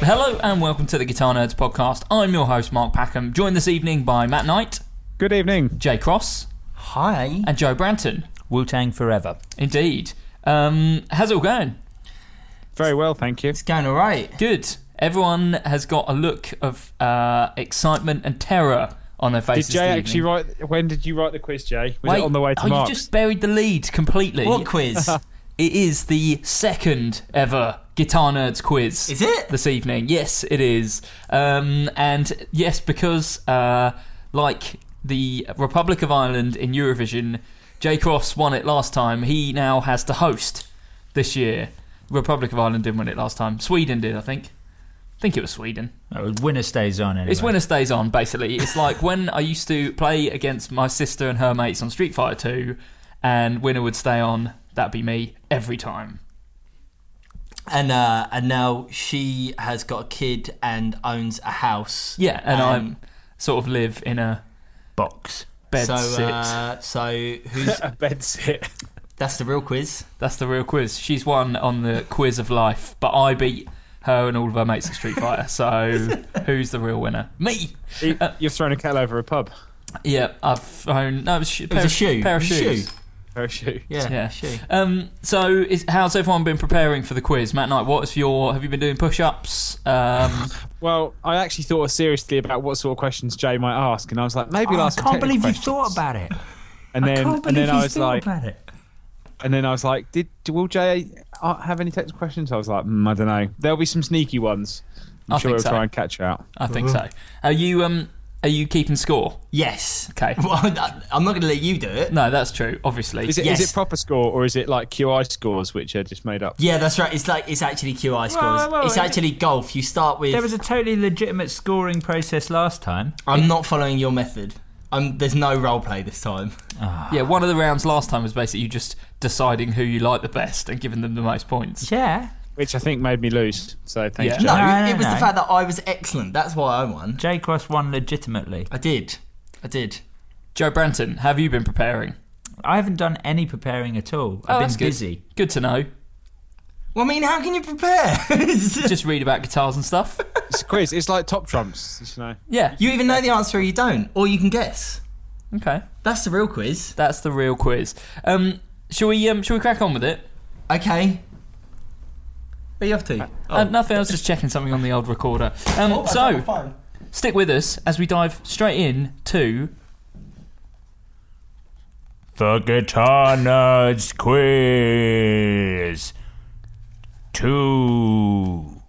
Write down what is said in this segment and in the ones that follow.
Hello and welcome to the Guitar Nerds podcast. I'm your host Mark Packham, joined this evening by Matt Knight, Good evening. Jay Cross, Hi. and Joe Branton. Wu Tang Forever. Indeed. Um, how's it all going? Very well, thank you. It's going alright. Good. Everyone has got a look of uh, excitement and terror on their Did faces. Jay this actually evening. write? When did you write the quiz, Jay? Was Wait, it on the way to oh, Mark's? you just buried the lead completely. What quiz? It is the second ever Guitar Nerds quiz. Is it? This evening. Yes, it is. Um, and yes, because uh, like the Republic of Ireland in Eurovision, Jay Cross won it last time. He now has to host this year. Republic of Ireland didn't win it last time. Sweden did, I think. I think it was Sweden. Oh, winner stays on anyway. It's winner stays on, basically. It's like when I used to play against my sister and her mates on Street Fighter 2, and winner would stay on. That'd be me every time. and uh, and now she has got a kid and owns a house. Yeah, and Um, I sort of live in a box. bed So sit. uh, so who's a bed sit. that's the real quiz. That's the real quiz. She's won on the quiz of life, but I beat her and all of her mates at Street Fighter. So who's the real winner? Me. You- Uh, You've thrown a kettle over a pub. Yeah, I've thrown. No, it was, sh- It was pair a of- shoe. Pair of It was a shoes. shoe. Or a shoe. Yeah, Yeah. shoe. Um, so, is, how's everyone been preparing for the quiz, Matt Knight? What is your? Have you been doing push-ups? Um, Well, I actually thought seriously about what sort of questions Jay might ask, and I was like, maybe I'll Oh, I ask. some can't technical believe you questions. thought about it. And I then, can't and believe then you I was thought like, about it. and then I was like, did will Jay uh, have any technical questions? I was like, mm, I don't know. There'll be some sneaky ones. I'm I sure think we'll so. try and catch out. I think so. Are you? Um, are you keeping score? Yes. Okay. Well, I'm not going to let you do it. No, that's true. Obviously, Is it is Yes. it proper score or is it like QI scores which are just made up? Yeah, that's right. It's like it's actually QI scores. well, it's it- actually golf. You start with. There was a totally legitimate scoring process last time. I'm not following your method. I'm, there's no role play this time. yeah. One of the rounds last time was basically you just deciding who you like the best and giving them the most points. Yeah. Which I think made me lose. So thanks, Yeah. Jay. No, No, no, it was the no. fact that I was excellent. That's why I won. J Cross won legitimately. I did. I did. Joe Branton, have you been preparing? I haven't done any preparing at all. Oh, I've that's been good. busy. Good to know. Well, I mean, how can you prepare? Just read about guitars and stuff. It's a quiz. It's like top trumps. You should know. Yeah. you even know the answer or you don't, or you can guess. Okay. That's the real quiz. That's the real quiz. Um, shall we? Um, shall we crack on with it? Okay. Where are you off to? Uh, nothing. I was just checking something on the old recorder. Um, Oh, so stick with us as we dive straight in to The Guitar Nerds Quiz. Two.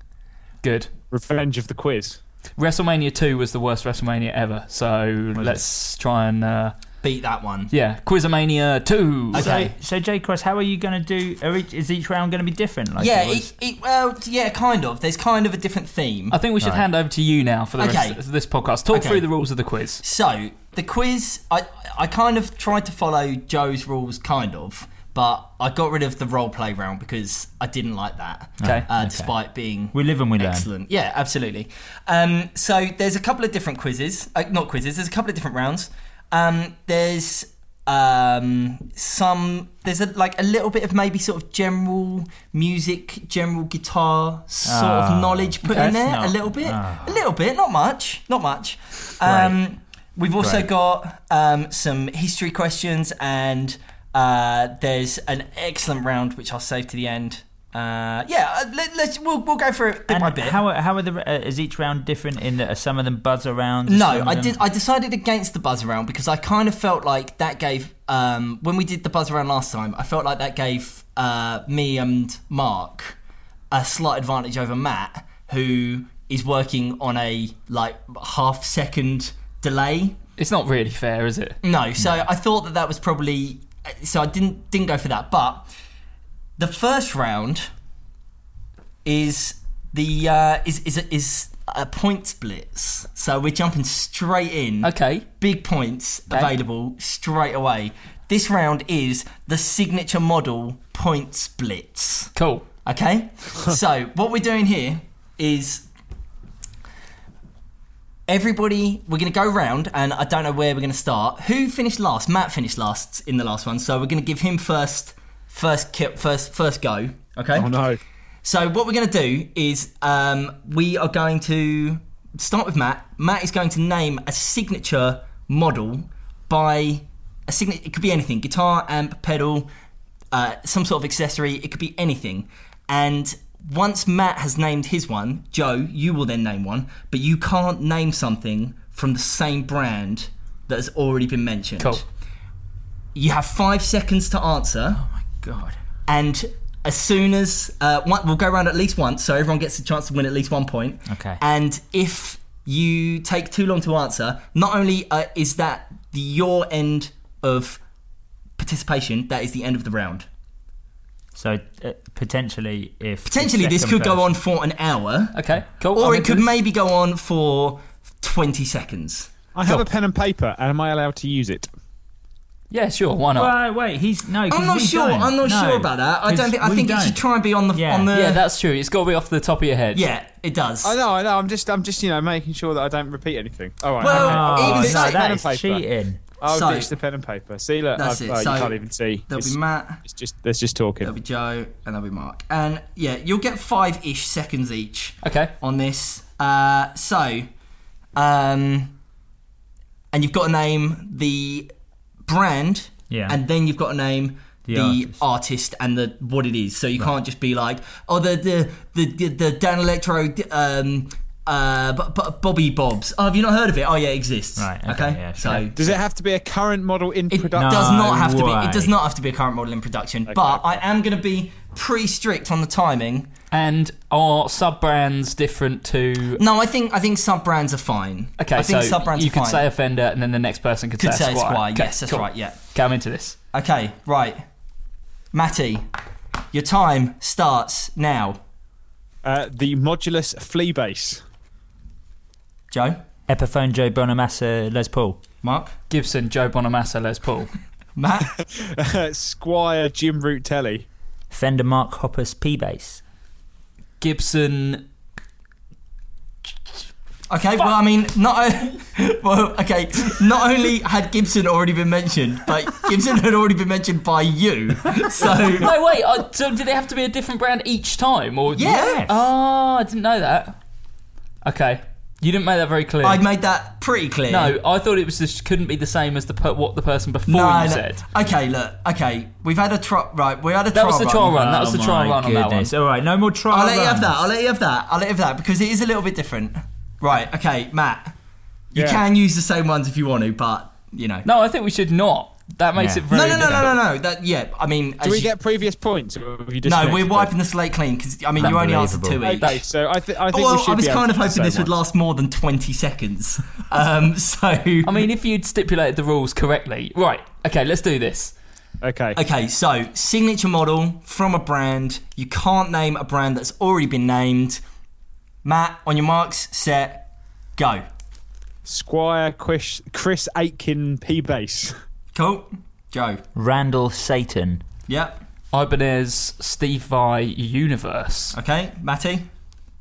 good. Revenge of the quiz. WrestleMania 2 was the worst WrestleMania ever, so let's try and uh, beat that one. yeah, Quizomania 2. Okay. So, J Cross, how are you going to do? Are each, is each round going to be different? Like Yeah, it was? it, it, well, yeah, kind of. There's kind of a different theme. I think we should hand over to you now for the Okay. rest of this podcast. Talk Okay. through the rules of the quiz. So the quiz, I I kind of tried to follow Joe's rules, kind of, but I got rid of the role play round because I didn't like that. Okay. Uh, Despite being We live and we learn. Excellent. Yeah, absolutely. Um, so there's a couple of different quizzes, uh, not quizzes. There's a couple of different rounds. Um, there's um, some there's a, like a little bit of maybe sort of general music, general guitar sort Ah, of knowledge put in that's there not- a little bit, ah. a little bit, not much, not much. Um, we've also Great. got um, some history questions and uh, there's an excellent round which I'll save to the end. Uh, yeah, uh, let, let's we'll, we'll go for it bit And by bit. How are, how are the uh, is each round different in that are some of them buzz around? No, some of I them- did. I decided against the buzz around because I kind of felt like that gave um, when we did the buzz around last time. I felt like that gave uh, me and Mark a slight advantage over Matt, who is working on a like half second delay. It's not really fair, is it? No, so I thought that that was probably so I didn't didn't go for that. But the first round is the uh, is is is a points blitz. So we're jumping straight in Okay. big points available straight away. This round is the signature model point splits. Cool. Okay? so, what we're doing here is everybody, we're going to go round, and I don't know where we're going to start. Who finished last? Matt finished last in the last one, so we're going to give him first, first, ki- first, first go. Okay? Oh no. So what we're going to do is um, we are going to start with Matt. Matt is going to name a signature model by a signature. It could be anything: guitar, amp, pedal, uh, some sort of accessory. It could be anything. And once Matt has named his one, Joe, you will then name one, but you can't name something from the same brand that has already been mentioned. Cool. You have five seconds to answer. Oh my god! And as soon as uh, one, we'll go around at least once, so everyone gets a chance to win at least one point. Okay. And if you take too long to answer, not only uh, is that the, your end of participation, that is the end of the round. So uh, potentially, if the Potentially, this second Oh, could go person- on for an hour, Okay. Cool. or I'm it into could this. maybe go on for twenty seconds. I have a pen and paper, and am I allowed to use it? Yeah, sure. Why not? Well, wait, he's no. 'cause I'm not we sure. don't. I'm not No, sure about that. I 'cause don't think. I we think it don't. should try and be on the Yeah. on the. yeah, that's true. It's got to be off the top of your head. uh, yeah, it does. I know, I know. I'm just, I'm just, you know, making sure that I don't repeat anything. All right. Well, okay, I'll even ditch so- the pen and That Oh, That is paper. cheating. I'll So- ditch the pen and paper. See, look, That's I've- it, oh, so you can't even see. There'll It's, be Matt. it's just, there's just talking. There'll be Joe and there'll be Mark. And yeah, you'll get five ish seconds each Okay. on this. Uh, so, um, and you've got to name the brand, Yeah. and then you've got to name the, artist. artist. and the what it is. So you can't just be like, oh, the the the the, the Dan Electro. Um, uh, B- B- Bobby Bob's. Oh, have you not heard of it? Oh, yeah, it exists. Right, okay, yeah, so sure. Does it have to be a current model in it production? does No not have to be. way. It does not have to be a current model in production. but I am going to be pretty strict on the timing. And are sub brands different to? No, I think I think sub brands are fine. Okay, Mm, I think so sub brands you are fine. could say offender, and then the next person could, could say say Esquire. Esquire. Okay, Yes, that's cool. right. Yeah. Okay, I'm into this. Okay, right. Matty, your time starts now. Uh, the modulus flea bass. Joe, Epiphone Joe Bonamassa Les Paul. Mark, Gibson, Joe Bonamassa, Les Paul. Matt, Squire Jim Root Telly. Fender Mark Hoppus P bass. Gibson. Okay, well, I mean, not o- well. Okay, not only had Gibson already been mentioned, but Gibson had already been mentioned by you. So No, wait. I, so did it have to be a different brand each time? Or Yeah. Oh, I didn't know that. Okay, you didn't make that very clear. I made that pretty clear. no, I thought it was just couldn't be the same as the per- what the person before you said. Okay, look. Okay, we've had a trial. Right, we had a That trial. was the trial run. That was the Oh trial my run on that one. goodness. All right, no more trial. I'll let you have runs. that. I'll let you have that. I'll let you have that because it is a little bit different. Right. Okay, Matt. You Yeah. can use the same ones if you want to, but you know. No, I think we should not. That makes Yeah. it very No, no, no, no, difficult. no, no. That yeah. I mean, Do we get previous points? Or have you just no, finished we're them? wiping the slate clean because I mean, you only answered two each. Okay, so I, th- I think we Oh, well, should I was be able kind to of hoping say this would one. last more than twenty seconds. Um, so I mean, if you'd stipulated the rules correctly, right? Okay, let's do this. Okay. Okay, so signature model from a brand. You can't name a brand that's already been named. Matt, on your marks, set, go. Squire Chris, Chris Aitken P bass. Cool. Joe. Randall Satan. Yep. Ibanez, Steve Vai, Universe. Okay, Matty.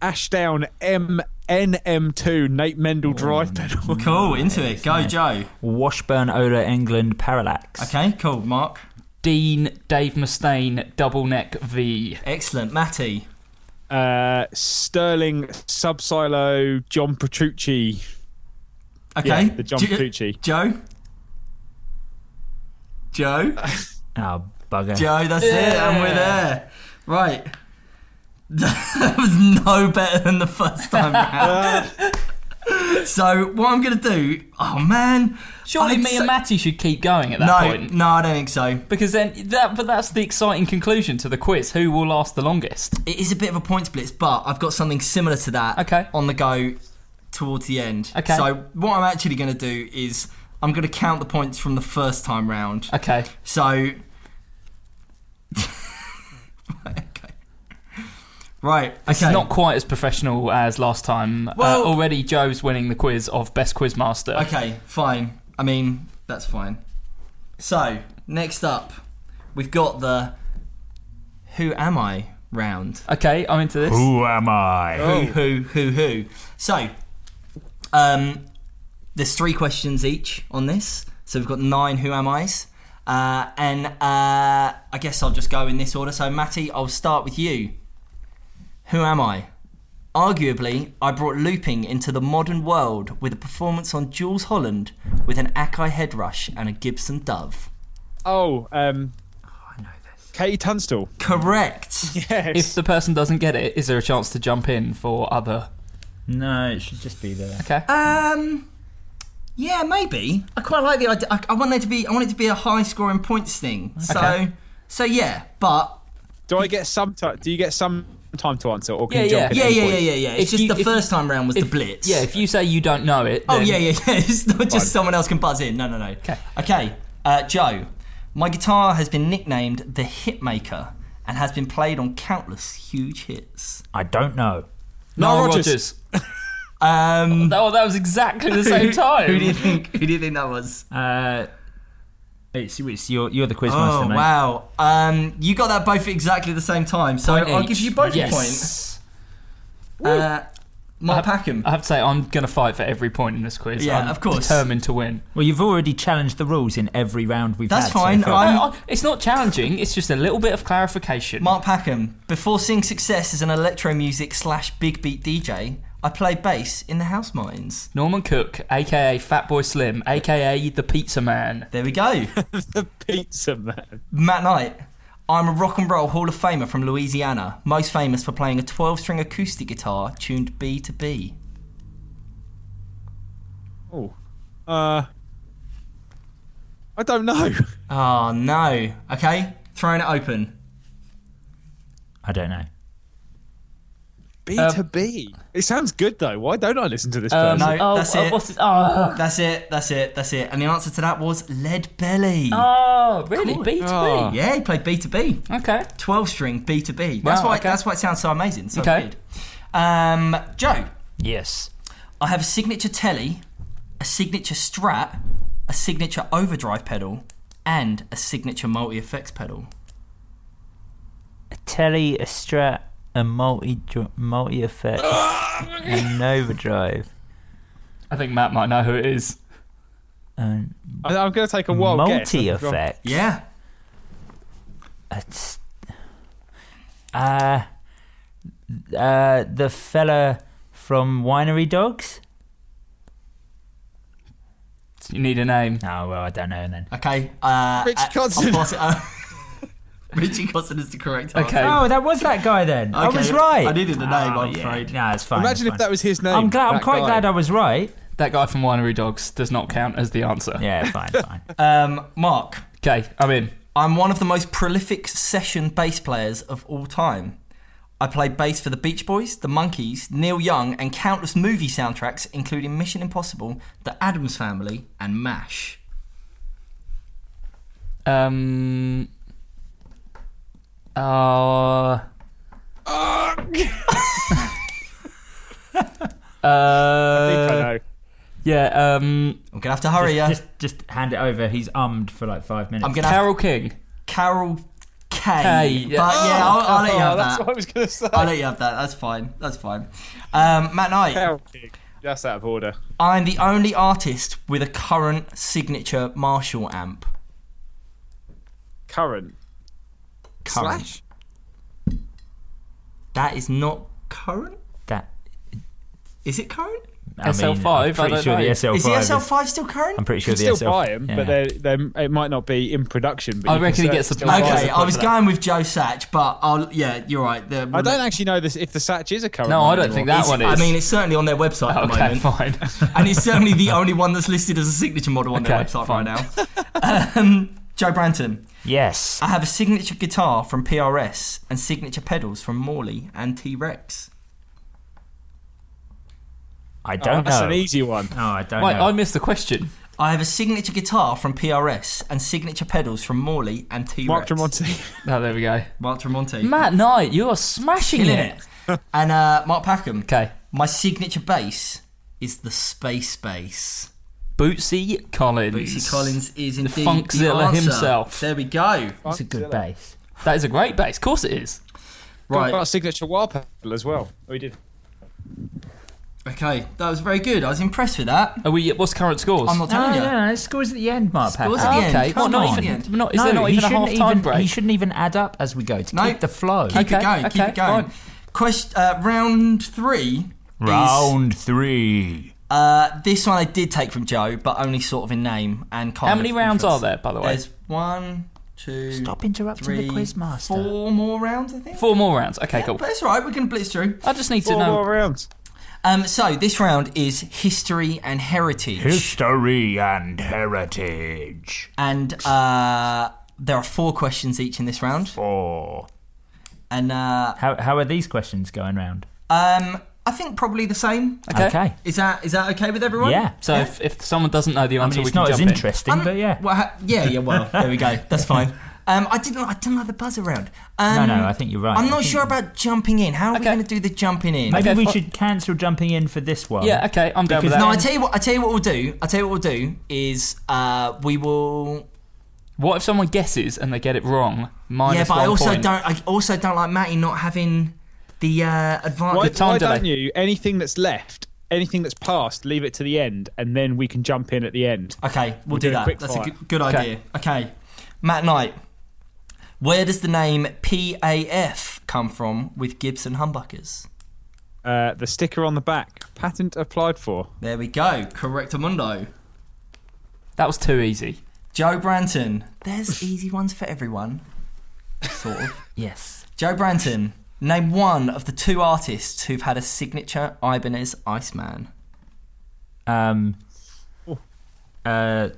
Ashdown M NM2 Nate Mendel drive pedal. Cool, into it. Go, Joe. Washburn, Ola, England, Parallax. Okay, cool. Mark. Dean Dave Mustaine double neck V. Excellent. Matty. Uh, Sterling Subsilo John Petrucci. Okay. Yeah, the John Jo- Petrucci. Joe. Joe. Oh, bugger. Joe, that's it, and we're there. Right. that was no better than the first time round. so what I'm gonna do? Oh man, Surely I'd me say- and Matty should keep going at no, that point. no, I don't think so. Because then that but that's the exciting conclusion to the quiz. Who will last the longest? It is a bit of a point blitz, but I've got something similar to that Okay. on the go towards the end. Okay. So what I'm actually going to do is I'm going to count the points from the first time round. Okay. So Right, okay. Right, okay. It's not quite as professional as last time. Uh, Well- already Joe's winning the quiz of best quizmaster. Okay, fine. I mean, that's fine. So, next up, we've got the Who Am I round. Okay, I'm into this. Who am I? Who, who, who, who. So, um, there's three questions each on this. So, we've got nine Who Am I's. Uh, and uh, I guess I'll just go in this order. So, Matty, I'll start with you. Who am I? Arguably, I brought looping into the modern world with a performance on Jules Holland with an Akai head rush and a Gibson Dove. Oh, um, Katie Tunstall. Correct. Yes. If the person doesn't get it, is there a chance to jump in for other? No, it should just be there. Okay. Um, yeah, maybe. I quite like the idea. I, I want there to be. I want it to be a high scoring points thing. So, Okay. so yeah. But do I get some? Ti- do you get some time to answer, or can Yeah, you jump yeah. yeah, in? yeah, yeah, yeah, yeah. It's If just you- the if- first time round was if, the blitz. Yeah, if you say you don't know it. oh then- yeah, yeah, yeah. It's not just someone else can buzz in. No, no, no. Okay. Okay. Uh, Joe, my guitar has been nicknamed the Hitmaker and has been played on countless huge hits. I don't know. Nile Nile Rodgers. Rodgers. Um, Oh, that was exactly the same time. who do you think? Who do you think that was? Uh, it's, it's you're, you're the quizmaster, Oh mate. wow! Um, you got that both at exactly the same time, so Point I'll each. give you both yes. a point. Uh, Mark Packham. I have to say, I'm going to fight for every point in this quiz. Yeah, I'm of course. Determined to win. Well, you've already challenged the rules in every round we've That's had. fine, So far. I'm- No, I- it's not challenging. It's just a little bit of clarification. Mark Packham. Before seeing success as an electro music slash big beat DJ, I play bass in the house mines. Norman Cook, aka Fatboy Slim, aka the Pizza Man. There we go. the pizza man. Matt Knight. I'm a rock and roll Hall of Famer from Louisiana, most famous for playing a 12 string acoustic guitar tuned B to B. Oh, uh, I don't know. Oh no. Okay, throwing it open. I don't know. B to B. It sounds good though. Why don't I listen to this person? no. oh, that's oh, it. What's it? Oh, That's it, that's it, that's it. And the answer to that was Lead Belly. oh, really? B to Oh. B. Yeah, he played B to B. Okay. 12 string B to B. That's Wow, why okay. that's why it sounds so amazing. So Okay. weird. Um, Joe, Yes. I have a signature telly, a signature strat, a signature overdrive pedal, and a signature multi effects pedal. A telly, a strat, a multi multi effect, and Nova Drive. I think Matt might know who it is. And I, I'm going to take a wild guess. multi effect. Yeah. It's, uh, uh, the fella from Winery Dogs? You need a name. No, well, I don't know then. Okay. Uh, Richie uh, Kotzen. I'll pass it over. Richie Cotson is the correct answer. Okay. Oh, that was that guy then. I Okay, was right. I needed the name, Oh, I'm yeah. afraid. No, it's fine. Imagine it's if fine. that was his name. I'm glad. I'm quite glad I was right. That guy from Winery Dogs does not count as the answer. Yeah, fine, fine. Um, Mark, Okay, I'm in. I'm one of the most prolific session bass players of all time. I played bass for the Beach Boys, the Monkees, Neil Young, and countless movie soundtracks, including Mission Impossible, The Adams Family, and MASH. Um. Uh. I uh. know. Yeah. Um. I'm gonna have to hurry just, ya. just, just hand it over. He's ummed for like five minutes. I'm gonna have Carol King. Carol. K. K, yeah. But yeah, I'll, I'll let you Oh, have that's that. what I was going to say. I'll let you have that. That's fine. That's fine. Um, Matt Knight, Hell, pig. That's out of order. I'm the only artist with a current signature Marshall amp. Current. Current. Slash? That is not current. That Is it current? I SL5, Mean, I'm pretty I don't sure know. the SL5 Is the SL5 still current? I'm pretty sure You the can still SL. buy them, yeah. but they're, they're, it might not be in production. But I you can reckon he certainly gets the still black buy one. Okay, them. I was for that. going with Joe Satch, but I'll, yeah, you're right. The, I don't actually know this if the Satch is a current. No, I one don't think anymore. that one is. I mean, it's certainly on their website at the okay, moment. fine. and it's certainly the only one that's listed as a signature model on their Okay, website fine. right now. um, Joe Branton, Yes. I have a signature guitar from PRS and signature pedals from Morley and T Rex. I Oh, don't That's know. an easy one. Oh, I don't Wait, know. I missed the question. I have a signature guitar from PRS and signature pedals from Morley and T Rex. Mark Tremonti. Oh, there we go. Mark Tremonti. Matt Knight, you are smashing Killing it. it. and uh, Mark Packham. Okay. My signature bass is the Space Bass. Bootsy Collins. Bootsy Collins is indeed Funkzilla the answer. himself. There we go. It's a good base. That is a great base. Of course it is. Right. Got Right. a signature wall pedal as well. Oh, he did. Okay. That was very good. I was impressed with that. Are we? What's current scores? Ah, I'm not No, telling you. no, no. It scores at the end, Mark. Scores Packer. at the end. okay. What? Come Not on. even. Not, is no, there not he even a shouldn't half time even- He break? shouldn't even add up as we go to No. keep the flow. Keep it Okay, going. keep okay, it going. fine. Quest, uh, round three. is- three. uh, this one I did take from Joe, but only sort of in name and kind How many of rounds interest. are there, by the way? There's one, two, Stop interrupting three, the quizmaster. Four more rounds, I think. Four more rounds. Okay, cool. But it's all right. We can blitz through. I just need to Four know. more rounds. Um, so this round is history and heritage, History and heritage. and uh, there are four questions each in this round. Four. And uh, How, how are these questions going round? um, I think probably the same. Okay. Is that is that okay with everyone? Yeah. So if, if someone doesn't know the I answer, mean, we it's can not as jump in. interesting, Um, but yeah. Well, ha- yeah, yeah. Well, there we go. That's fine. Um, I didn't. I didn't like the buzz around. Um, no, I think you're right. I'm I not think- sure about jumping in. How are we Okay. going to do the jumping in? Maybe okay, we fi- should cancel jumping in for this one. Yeah. Okay. I'm down with Because- that. No, I tell you what. I tell you what we'll do. I tell you what we'll do is uh, we will. what if someone guesses and they get it wrong? Yeah, Minus but one I also point. don't. I also don't like Matty not having the uh, Why, advantage. time why delay. don't you? Anything that's left, anything that's passed, leave it to the end, and then we can jump in at the end. Okay, we'll We'll do do a that. quick That's fire. a good, good idea. Okay, Matt Knight. Where does the name PAF come from with Gibson humbuckers? Uh, the sticker on the back, patent applied for. There we go. Correct, Amundo. That was too easy. Joe Branton. There's easy ones for everyone. Sort of. Yes. Joe Branton, name one of the two artists who've had a signature Ibanez Iceman. Um. Uh.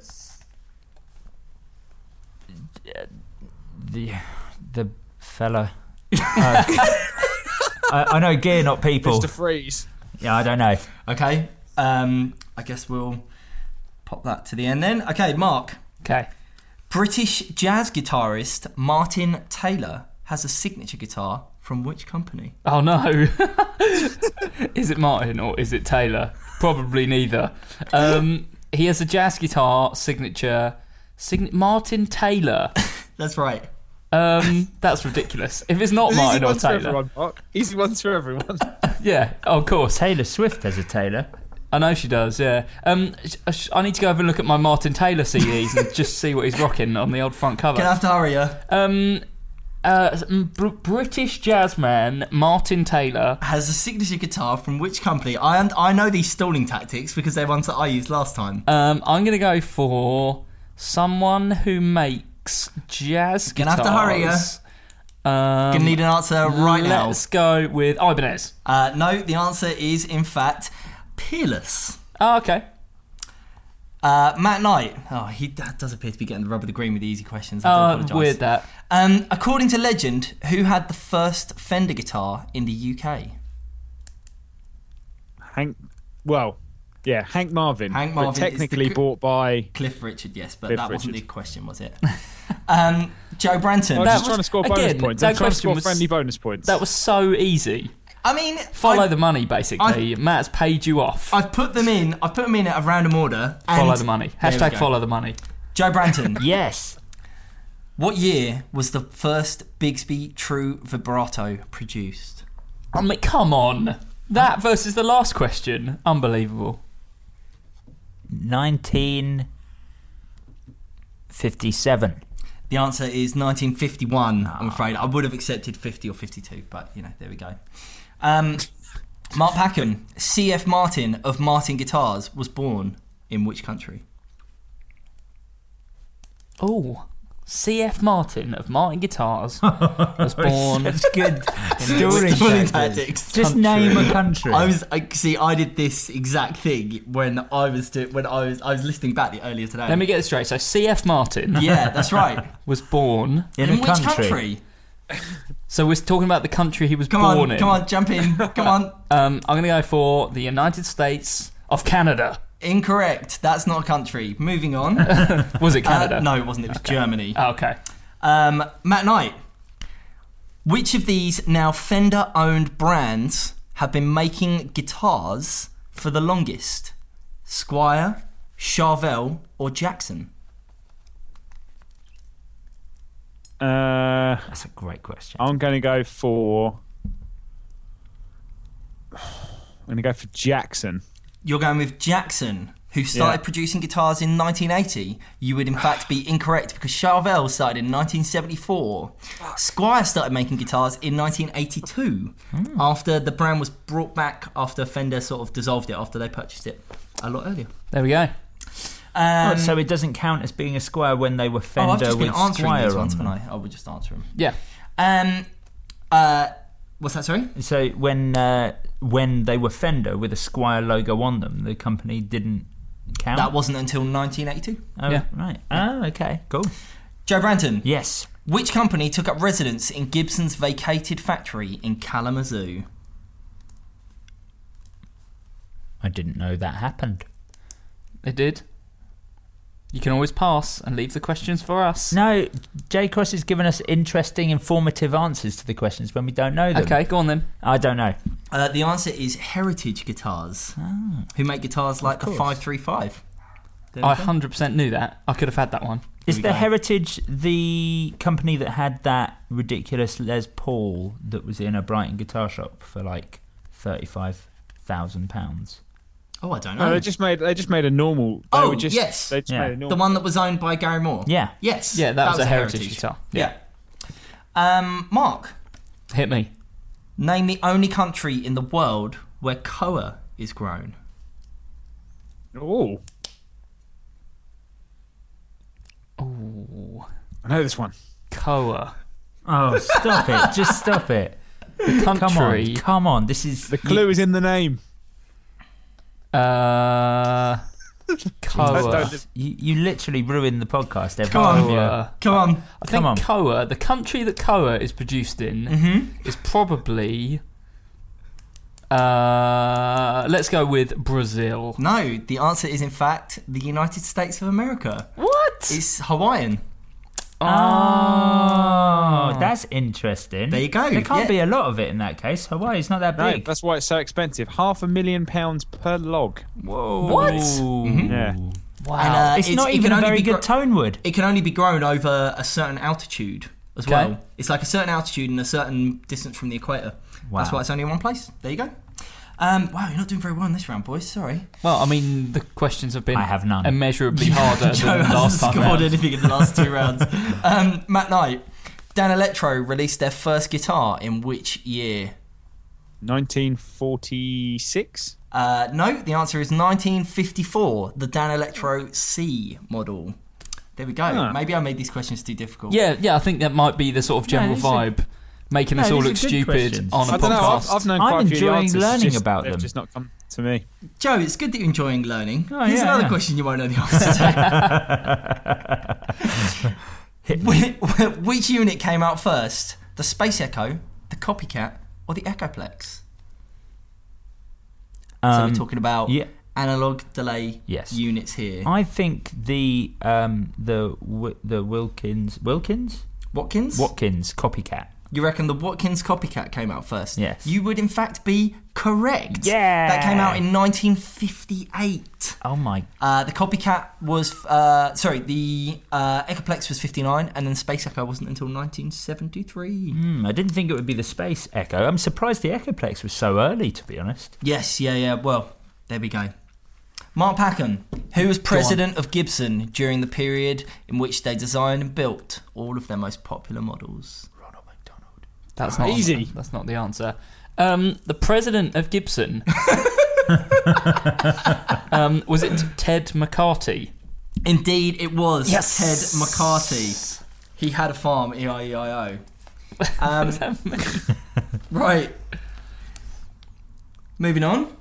The the fella. Uh, I, I know gear, not people. Mr. Freeze. Yeah, I don't know. Okay, um, I guess we'll pop that to the end then. Okay, Mark. Okay. British jazz guitarist Martin Taylor has a signature guitar from which company? Oh no. is it Martin or is it Taylor? Probably neither. Um, he has a jazz guitar signature. Sign- Martin Taylor. That's right. Um, that's ridiculous. If it's not Easy Martin or ones for Taylor, everyone, Mark. Easy ones for everyone. yeah, oh, of course. Taylor Swift has a Taylor. I know she does. Yeah. Um, sh- sh- I need to go have a look at my Martin Taylor CDs and just see what he's rocking on the old front cover. Gonna have to hurry ya. Um, uh, m- Br- British jazz man Martin Taylor. Has a signature guitar from which company? I und- I know these stalling tactics because they're ones that I used last time. Um, I'm gonna go for someone who makes jazz Gonna guitars. have to hurry, Um, Gonna need an answer right now. Let's go with Ibanez. Uh, no, the answer is in fact Peerless. Oh, okay. Uh, Matt Knight. Oh, he d- does appear to be getting the rub of the green with the easy questions. I do Uh, apologise. weird that. Um, according to legend, who had the first Fender guitar in the UK? Hank. Well, yeah, Hank Marvin. Hank but Marvin is the technically gr- bought by. Cliff Richard, yes, but Cliff that wasn't the Richard. question, was it? um, Joe Branton. I That was just was- trying to score again, bonus points. I'm that trying to question score was- friendly bonus points. That was so easy. I mean, Follow I, the money, basically. Matt's paid you off. I've put them in. I've put them in at a random order. and- follow the money. There we Hashtag go. follow the money. Joe Branton. Yes. What year was the first Bigsby True Vibrato produced? I mean, come on. That versus the last question. Unbelievable. 1957. The answer is 1951, Ah. I'm afraid. I would have accepted 50 or 52, but, you know, there we go. Um, Mark Packham, C.F. Martin of Martin Guitars, was born in which country? Oh, C.F. Martin of Martin Guitars was born. Oh, That's good. Story. Stalling tactics. Just name a country. I was I, see. I did this exact thing when I was do, when I was I was listening back the earlier today. Let me get this straight. So C.F. Martin yeah, that's right. was born. in, a which country. country? So we're talking about the country he was Come born on, in. come on, jump in. Come on. Um, I'm going to go for the United States of Canada. Incorrect. That's not a country. Moving on. Was it Canada? Uh, no, it wasn't. It was Germany. Oh, okay. Um, Matt Knight. Which of these now Fender-owned brands have been making guitars for the longest? Squire, Charvel, or Jackson? Uh, That's a great Oh, question. I'm going to go for. I'm going to go for Jackson. You're going with Jackson, who started Yeah. producing guitars in 1980. You would, in fact, be incorrect because Charvel started in 1974. Squire started making guitars in 1982 Hmm. after the brand was brought back after Fender sort of dissolved it after they purchased it a lot earlier. There we go. Um, Oh, so it doesn't count as being a squire when they were oh, Fender I've just been with answering squire these ones, on haven't them. I? I would just answer them. Yeah. Um, uh, what's that, sorry? So when uh, when they were Fender with a squire logo on them, the company didn't count. That wasn't until 1982. oh, yeah. right. Oh, okay, cool. Joe Branton, Yes, which company took up residence in Gibson's vacated factory in Kalamazoo? I didn't know that happened. It did. You can always pass and leave the questions for us. No, J Cross has given us interesting, informative answers to the questions when we don't know them. Okay, go on then. I don't know. Uh, the answer is Heritage Guitars, Ah, who make guitars like the 535. There we I go. 100% knew that. I could have had that one. Is we the go. Heritage the company that had that ridiculous Les Paul that was in a Brighton guitar shop for like thirty-five thousand pounds? oh, I don't No, know. they just made they just made a normal. They Oh, were just, yes. They just Yeah. made a the normal. one that was owned by Gary Moore? Yeah. Yes. Yeah, that, was, a heritage, guitar. Yeah. Um, Mark, Hit me. name the only country in the world where koa is grown. Oh, Ooh. I know this one. Koa. Oh, stop it! Just stop it! Come Country. on, come on! This is The clue is in the name. Uh, Koa. Don't- you, you literally ruined the podcast. Every Come on. time you- Yeah. Come on. I think Come on. Koa, the country that Koa is produced in, Mm-hmm. is probably. Uh, let's go with Brazil. No, the answer is in fact the United States of America. What? It's Hawaiian. Oh, that's interesting. Ah. There you go, There can't yeah. be a lot of it in that case. Hawaii's not that No, big. that's why it's so expensive. Half a million pounds per log. Whoa! Mm-hmm. What? Yeah. Wow. And, uh, It's, not it even can a only very be good gro- tone wood. It can only be grown over a certain altitude as Okay. well. It's like a certain altitude and a certain distance from the equator. Wow. That's why it's only in one place. There you go. Um, wow, you're not doing very well in this round, boys. Sorry. well, I mean, the questions have been I have none. immeasurably harder Joe than hasn't last time. scored round. anything in the last two rounds. Um, Matt Knight, Dan Electro released their first guitar in which year? 1946. Uh, no, the answer is 1954, the Dan Electro C model. There we go. Huh. Maybe I made these questions too difficult. Yeah, yeah, I think that might be the sort of general these are- vibe, making us no, all these are look good stupid questions. on a I don't know. I've, podcast. I've known I'm quite a few of the enjoying answers, it's learning just- about they've them. just not come to me. Joe, it's good that you're enjoying learning. Oh, Here's yeah, another yeah. question you won't know the answer to. Wh- wh- Which unit came out first? The Space Echo, the Copycat, or the Echoplex? so we're Um, talking about yeah. analog delay Yes. units here. I think the um the Wi- the Wilkins Wilkins Watkins? Watkins copycat. you reckon the Watkins copycat came out first? Yes. You would, in fact, be correct. Yeah. That came out in 1958. Oh my. Uh, the copycat was, uh, sorry, the uh, Ecoplex was 59, and then Space Echo wasn't until 1973. Hmm, I didn't think it would be the Space Echo. I'm surprised the Echoplex was so early, to be honest. Yes, yeah, yeah. Well, there we go. Mark Packham, who was president of Gibson during the period in which they designed and built all of their most popular models. Ronald McDonald. That's not Easy. That's not the answer. Um, the president of Gibson. um, was it Ted McCarty? Indeed, it was Yes. Ted McCarty. He had a farm, E I E I O. Um, right. Moving on.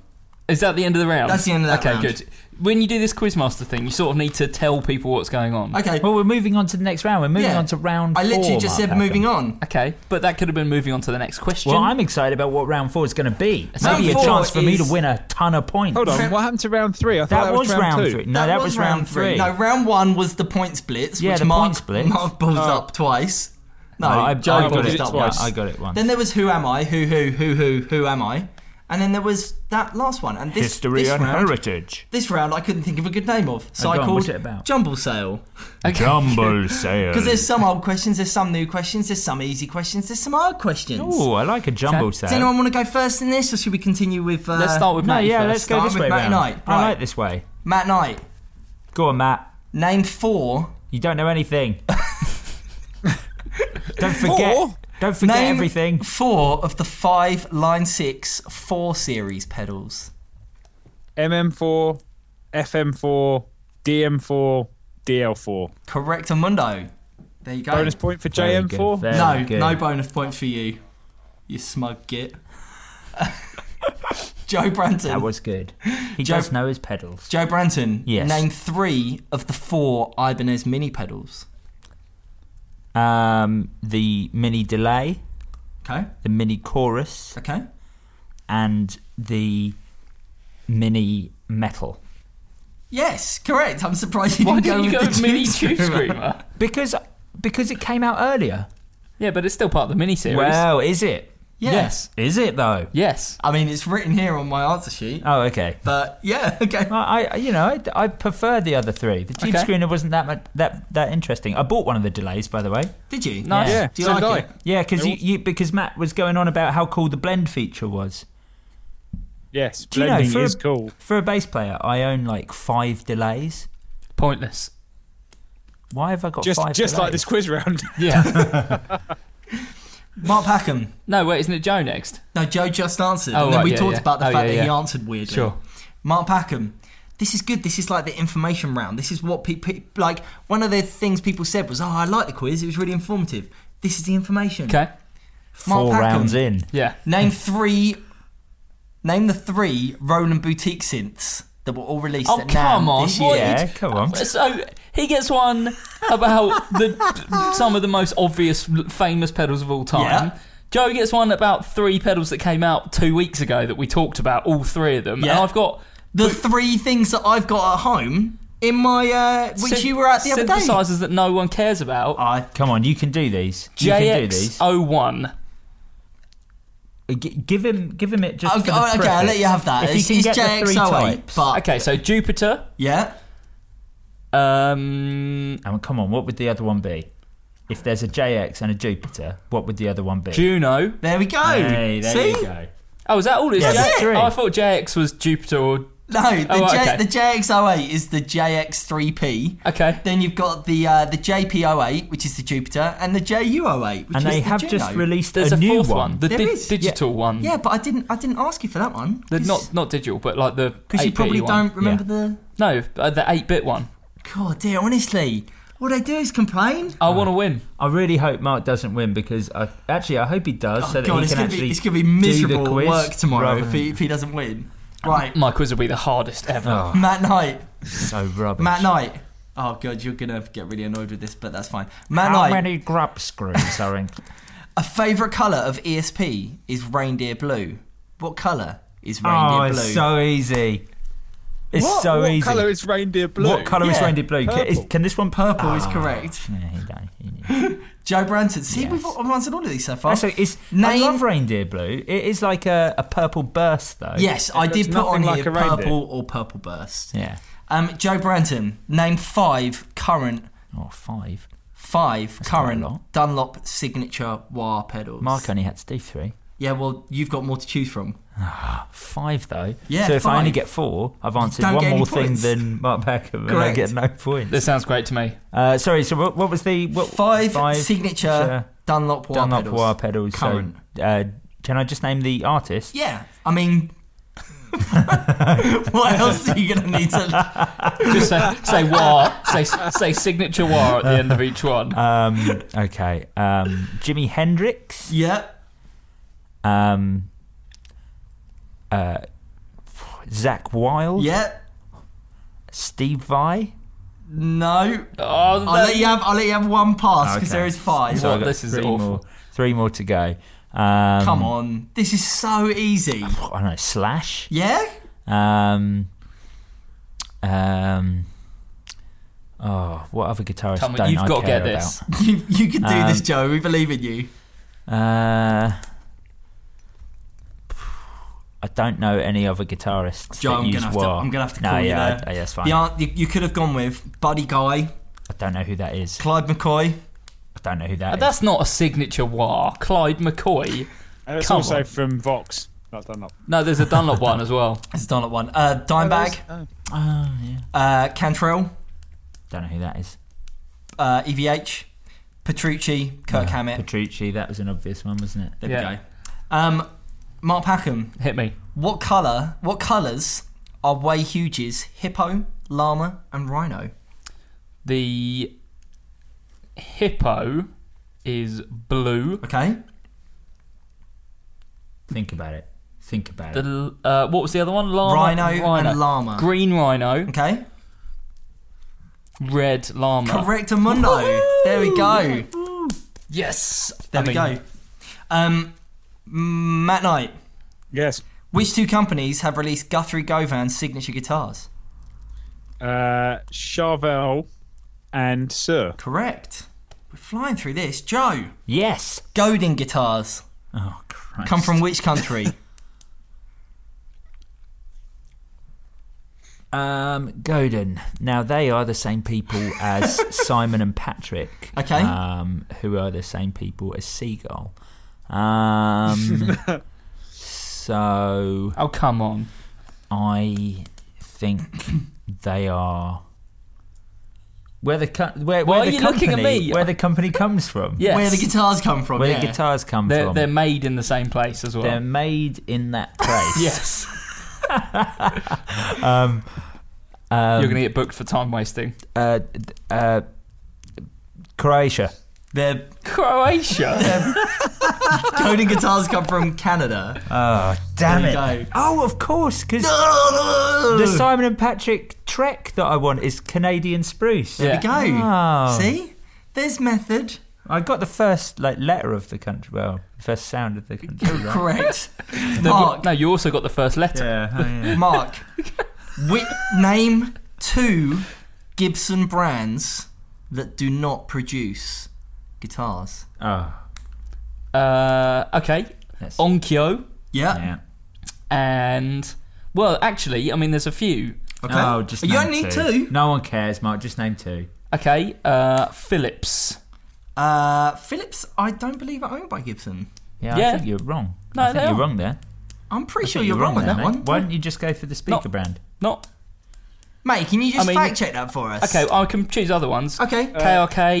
Is that the end of the round? That's the end of that Okay, round. good. When you do this Quizmaster thing, you sort of need to tell people what's going on. Okay. Well, we're moving on to the next round. We're moving yeah. on to round I four. literally just said Mark moving Hackham. on. Okay, but that could have been moving on to the next question. Well, I'm excited about what round four is going to be. Round Maybe a four chance for me to is- win a ton of points. Hold on, what happened to round three? I thought That, that, was, round, two. three. No, that, was round three. No, round one was the point splits, Yeah, which the Mark, point splits. Mark balls up twice. No, Oh, I, I Joe got balls it. up Yeah, once. I got it once. Then there was Who Am I? Who, who, who, who, who am I? And then there was that last one. And this, History this and round, heritage. This round I couldn't think of a good name of. So Oh, I go on, called what's it about? Jumble Sale. Okay. Jumble sale. Because there's some old questions, there's some new questions, there's some easy questions, there's some hard questions. Oh, I like a jumble sale. Does anyone want to go first in this, or should we continue with uh, Let's start with no, Matty yeah, first. let's go Start this with way. Matt round. Knight. I Right. like this way. Matt Knight? Go on, Matt. Name four. You don't know anything. don't forget. Don't forget name everything. Four of the five Line Six Four Series pedals. MM4, FM4, DM4, DL4. Correct, Mundo. There you go. Bonus point for Very good, JM4. very no, good. no bonus point for you. You smug git. Joe Branton. That was good. He Joe- does know his pedals. Joe Branton. Yes. Name three of the four Ibanez mini pedals. Um, the mini delay, Okay. the mini chorus, Okay. and the mini metal. Yes, correct. I'm surprised you Why didn't didn't you go go with with the Mini Tube Tube Screamer. Screamer? Because because it came out earlier. Yeah, but it's still part of the mini series. Well, is it? Yeah. Yes. Is it though? Yes. I mean, it's written here on my answer sheet, Oh, okay. but yeah, okay. I, I- you know, I, I prefer the other three. The tube Okay. screener wasn't that much, that that interesting. I bought one of the delays, by the way. Did you? Nice. Yeah, Do you so like did I. it? Yeah, because you, you because Matt was going on about how cool the blend feature was. Yes, Do you know, blending for a- is cool. For a bass player, I own like five delays. Pointless. Why have I got Just, five? just like delays? this quiz round. Yeah. Mark Packham. no, wait, isn't it Joe next? No, Joe just answered. Oh, and then right, we yeah, talked yeah. about the Oh, fact yeah, that he yeah. answered weirdly. Sure. Mark Packham. This is good. This is like the information round. This is what people like. One of the things people said was, "Oh, I like the quiz. It was really informative." This is the information. Okay. Mark Four Packham. rounds in. Yeah. Name three. Name the three Roland boutique synths that were all released. Oh, at NAMM come on. This What year. Yeah, you- come on. So he gets one about the some of the most obvious famous pedals of all time. Yeah. Joe gets one about three pedals that came out two weeks ago that we talked about, all three of them. And Yeah. I've got The three things that I've got at home in my uh, which syn- you were at the other day. synthesizers that no one cares about. I Come on, you can do these. You can do these. JX01. G- give him, give him it just. I'll- for the oh, okay, I'll preface. let you have that. If it's you can it's get the three JX08, types. but Okay, so Jupiter. yeah, Um, I mean, come on, what would the other one be? If there's a JX and a Jupiter, what would the other one be? Juno. there we go. Hey, there See, you go. Oh, is that all? It's Yeah, J- that's it. I thought JX was Jupiter or. no, the, Oh, J- okay. the JX08 is the JX3P. Okay. Then you've got the uh, the JP08, which is the Jupiter, and the JU08, which And is they the have Juno. just released There's a, new fourth one. The There di- is. digital one. Yeah, but I didn't I didn't ask you for that one. The, not not digital, but like the. because you 8-bit probably one. don't remember the. No, uh, the 8 bit one. God, dear, honestly, all they do is complain. I want to win. I really hope Mark doesn't win because I actually I hope he does Oh, so that God, he it's can gonna actually be it's gonna be do miserable the quiz work tomorrow rather if than- he, if he doesn't win. Right, My quiz will be the hardest ever. Oh, Matt Knight. so rubbish. Matt Knight. Oh god, you're gonna get really annoyed with this, but that's fine. Matt How Knight. many grub screws are in? A favourite colour of E ESP is reindeer blue. What colour is reindeer oh, blue? it's so easy. It's what so what easy. colour is reindeer blue? What colour is Yeah, Randy Blue? Can, is, purple. can this one purple? Paul is correct. Yeah, he done. He knew. Ah, Joe Branton. See, Yes. we've all- I've answered all of these so far. Also, it's, I Name- love reindeer blue. It is like a, a purple burst, though. yes, I did looks put on nothing here like a reindeer. purple or purple burst. Yeah. Um, Joe Branton, name five current Oh, five. five quite a current lot. Dunlop signature wah pedals. Mark only had to do three. Yeah, well, you've got more to choose from. Five, though. Yeah, So if I only five. get four, I've answered don't one get any more thing points. than Mark Beckham, and I Correct. get no points. This sounds great to me. Uh, sorry, so what, what was the what, five, signature Dunlop wah Dunlop pedals. wah pedals? Current. So, uh, can I just name the artist? Yeah, I mean, what else are you going to need to? Just say, say war, say say signature war at the end of each one. Uh, Um, okay, um, Jimi Hendrix. Yeah, Um, uh, Zach Wild. yeah, Steve Vai. no. Oh, I'll let you have. I'll let you have one pass because Okay. there is five. So I've got This is three awful. More, three more to go. Um, Come on, this is so easy. I don't know. Slash. Yeah, Um, um, oh, what other guitarist Come on, don't you've I got to care get this. you you can do this, Um, Joe. We believe in you. about? Uh, I don't know any other guitarists Joe, that I'm use gonna have to. wah. I'm gonna have to no, call you yeah, there. I, yeah, that's fine. The an- you, you could have gone with Buddy Guy, I don't know who that is. Clyde McCoy. I don't know who that Oh, But is. that's not a signature war. Clyde McCoy. And it's Come also on. from Vox. Not Dunlop. No, there's a Dunlop one as well. It's a Donald one. Uh, Dimebag, Oh, yeah. uh, Cantrell, Don't know who that is. uh, EVH, Petrucci, Kirk Hammett. Petrucci. That was an obvious one, wasn't it? there Yeah. we go. Um, Mark Packham. Hit me. What color? What colors are Way Hughes' hippo, llama, and rhino? The hippo is blue. Okay. Think about it. Think about it. The uh, what was the other one? Llama, Rhino and llama. Green rhino. Okay. Red llama. Correct, Amundo. There we go. Yes. There I we mean, go. Um, Matt Knight. Yes. Which two companies have released Guthrie Govan's signature guitars? Uh, Charvel and Sir. Correct. We're flying through this. Joe. Yes. Godin guitars Oh Christ. come from which country? Um, Godin. Now they are the same people as Simon and Patrick. Okay. Um, who are the same people as Seagull. Um, so Oh come on. I think they are where the co- where, where Why are the you company, looking at me? where the company comes from. Yes. Where the guitars come from? Where yeah. the guitars come They're, from. they're made in the same place as well. They're made in that place. yes. Um, um, You're going to get booked for time wasting. uh, uh, Croatia. Their Croatia. Godin guitars come from Canada. Oh, damn There it. you go. Oh, of course, because the Simon and Patrick trek that I want is Canadian spruce. Yeah. Go. Oh. See? There's method. I got the first like letter of the country, well, first sound of the country. right? Correct. No, Mark. No, you also got the first letter. yeah, oh, yeah. Mark. Which, name two Gibson brands that do not produce guitars. Oh, Uh, okay. Yes. Onkyo Yeah. yeah. and well, actually, I mean, there's a few. Okay. Oh, just you name don't need two. two. No one cares, Mark. Just name two. Okay, uh, Phillips. Uh, Phillips, I don't believe are owned by Gibson. Yeah, I Yeah. think you're wrong. No, I think they you're are. wrong there. I'm I pretty think sure you're, wrong on there, that mate. one. Why don't you just go for the speaker Not- brand? Not Mate, can you just I mean- fact check that for us? okay. I can choose other ones. Okay. KRK.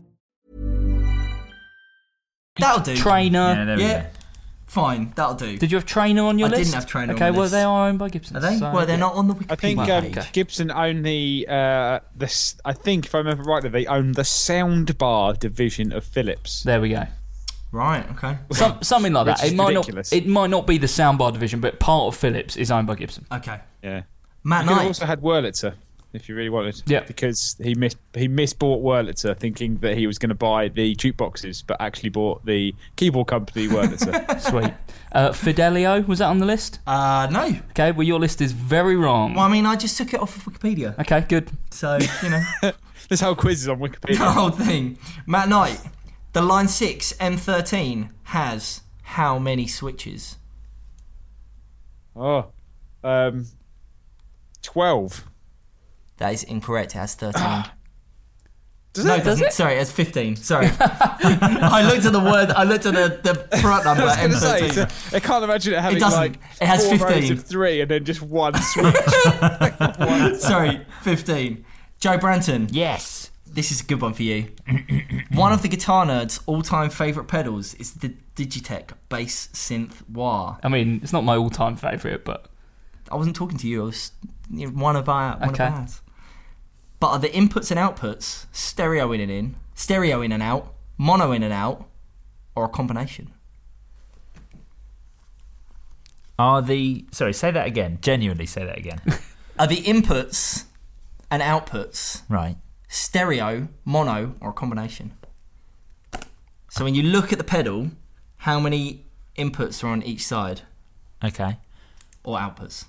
That'll do. Trainer. Yeah, there we Uh, Yeah. go. Fine, that'll do. Did you have Trainer on your I didn't list? have Trainer on Okay, my well list. they are owned by Gibson. Are they? so- well, they're not on the Wikipedia I think um, page. Gibson owned the uh, the s- I think if I remember rightly, they owned the soundbar division of Philips. There we go. Right. Okay. Some, something like Which that. is It might ridiculous. not. It might not be the soundbar division, but part of Philips is owned by Gibson. Okay. Yeah, Matt you could have Knight. also had Wurlitzer if you really wanted. Yeah. because he mis he misbought Wurlitzer, thinking that he was going to buy the jukeboxes, but actually bought the keyboard company Wurlitzer. Sweet. Uh, Fidelio was that on the list? Uh, no. Okay, well your list is very wrong. Well, I mean, I just took it off of Wikipedia, Okay, good. so you know this whole quiz is on the Wikipedia. whole thing. Matt Knight. The Line Six M13 has how many switches? Oh, um, twelve. That is incorrect. It has 13. Ah. Does no, it? it doesn't. Sorry, it has 15. Sorry. I looked at the word, I looked at the, the product number, I was going M13. to say, I can't imagine it having doesn't. like It has four rows 15. of three and then just one switch. Sorry, 15. Joe Branton. Yes. This is a good one for you. one of the guitar nerd's all-time favourite pedals is the Digitech Bass Synth Wah. I mean, it's not my all-time favourite, but I wasn't talking to you. I was you know, one of our one Okay. of ours. But are the inputs and outputs stereo in and in, stereo in and out, mono in and out, or a combination? Are the sorry? Say that again. Genuinely, say that again. Are the inputs and outputs right. stereo, mono, or a combination? So when you look at the pedal, how many inputs are on each side Okay. or outputs?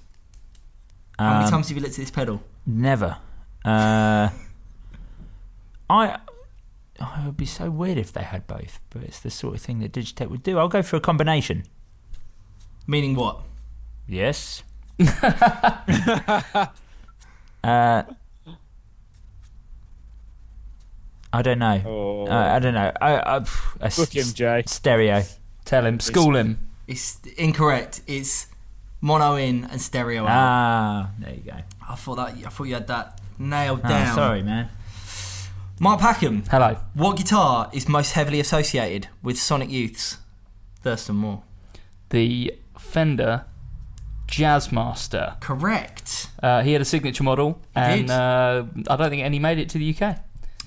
How many Um, times have you looked at this pedal? Never. Uh, I. oh, It would be so weird if they had both, but it's the sort of thing that Digitech would do. I'll go for a combination. Meaning what? Yes. uh, I don't know. Oh. Uh, I don't know. I, I, pff, a s- Book him, Jay. Stereo. tell him, school him. It's incorrect. It's mono in and Oh. stereo out. Ah, there you go. I thought that I thought you had that nailed down. Ah, sorry, man. Mark Packham. Hello. What guitar is most heavily associated with Sonic Youth's Thurston Moore? The Fender Jazzmaster. Correct. Uh, he had a signature model, and did. uh, I don't think any made it to the UK.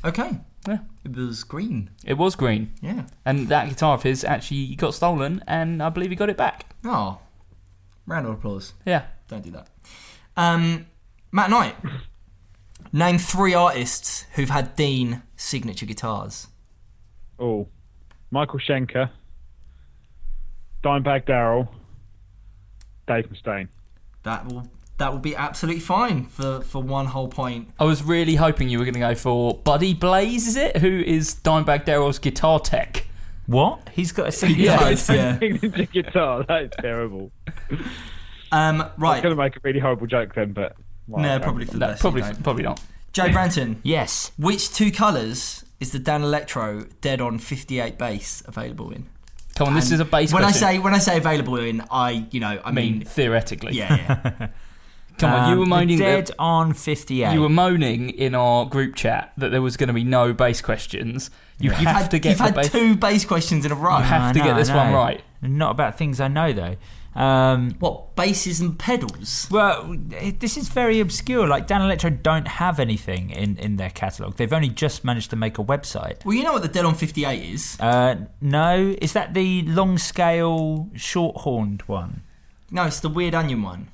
Okay. Yeah. It was green. It was green, Yeah. and that guitar of his actually got stolen, and I believe he got it back. Oh. Round of applause. Yeah. Don't do that. Um, Matt Knight. Name three artists who've had Dean signature guitars. Oh, Michael Schenker, Dimebag Darrell, Dave Mustaine. That will that will be absolutely fine for, for one whole point. I was really hoping you were going to go for Buddy Blaze, is it? Who is Dimebag Darrell's guitar tech? What? He's got a single. Guys, yeah. Signature guitar. That's terrible. Um, I'm going right. to make a really horrible joke then, but. well, No, um, probably for the No, best. probably, you know. probably not. Joe Branton. Yes. Which two colours is the Dan Electro Dead on 58 bass available in? Come on, this is a bass. When question. I say when I say available in, I you know I I mean, mean theoretically. yeah yeah Come on, you Um, were moaning. dead that- on 58. You were moaning in our group chat that there was going to be no bass questions. You have you've had to get you've the had bass. two bass questions in a row. have I to get know, I this one know. right. Not about things I know though. Um, What basses and pedals? well, it- this is very obscure. Like Dan Electro don't have anything in, in their catalogue. They've only just managed to make a website. Well, you know what the Dead on 58 is. Uh, no, is that the long scale short horned one? No, it's the weird onion one.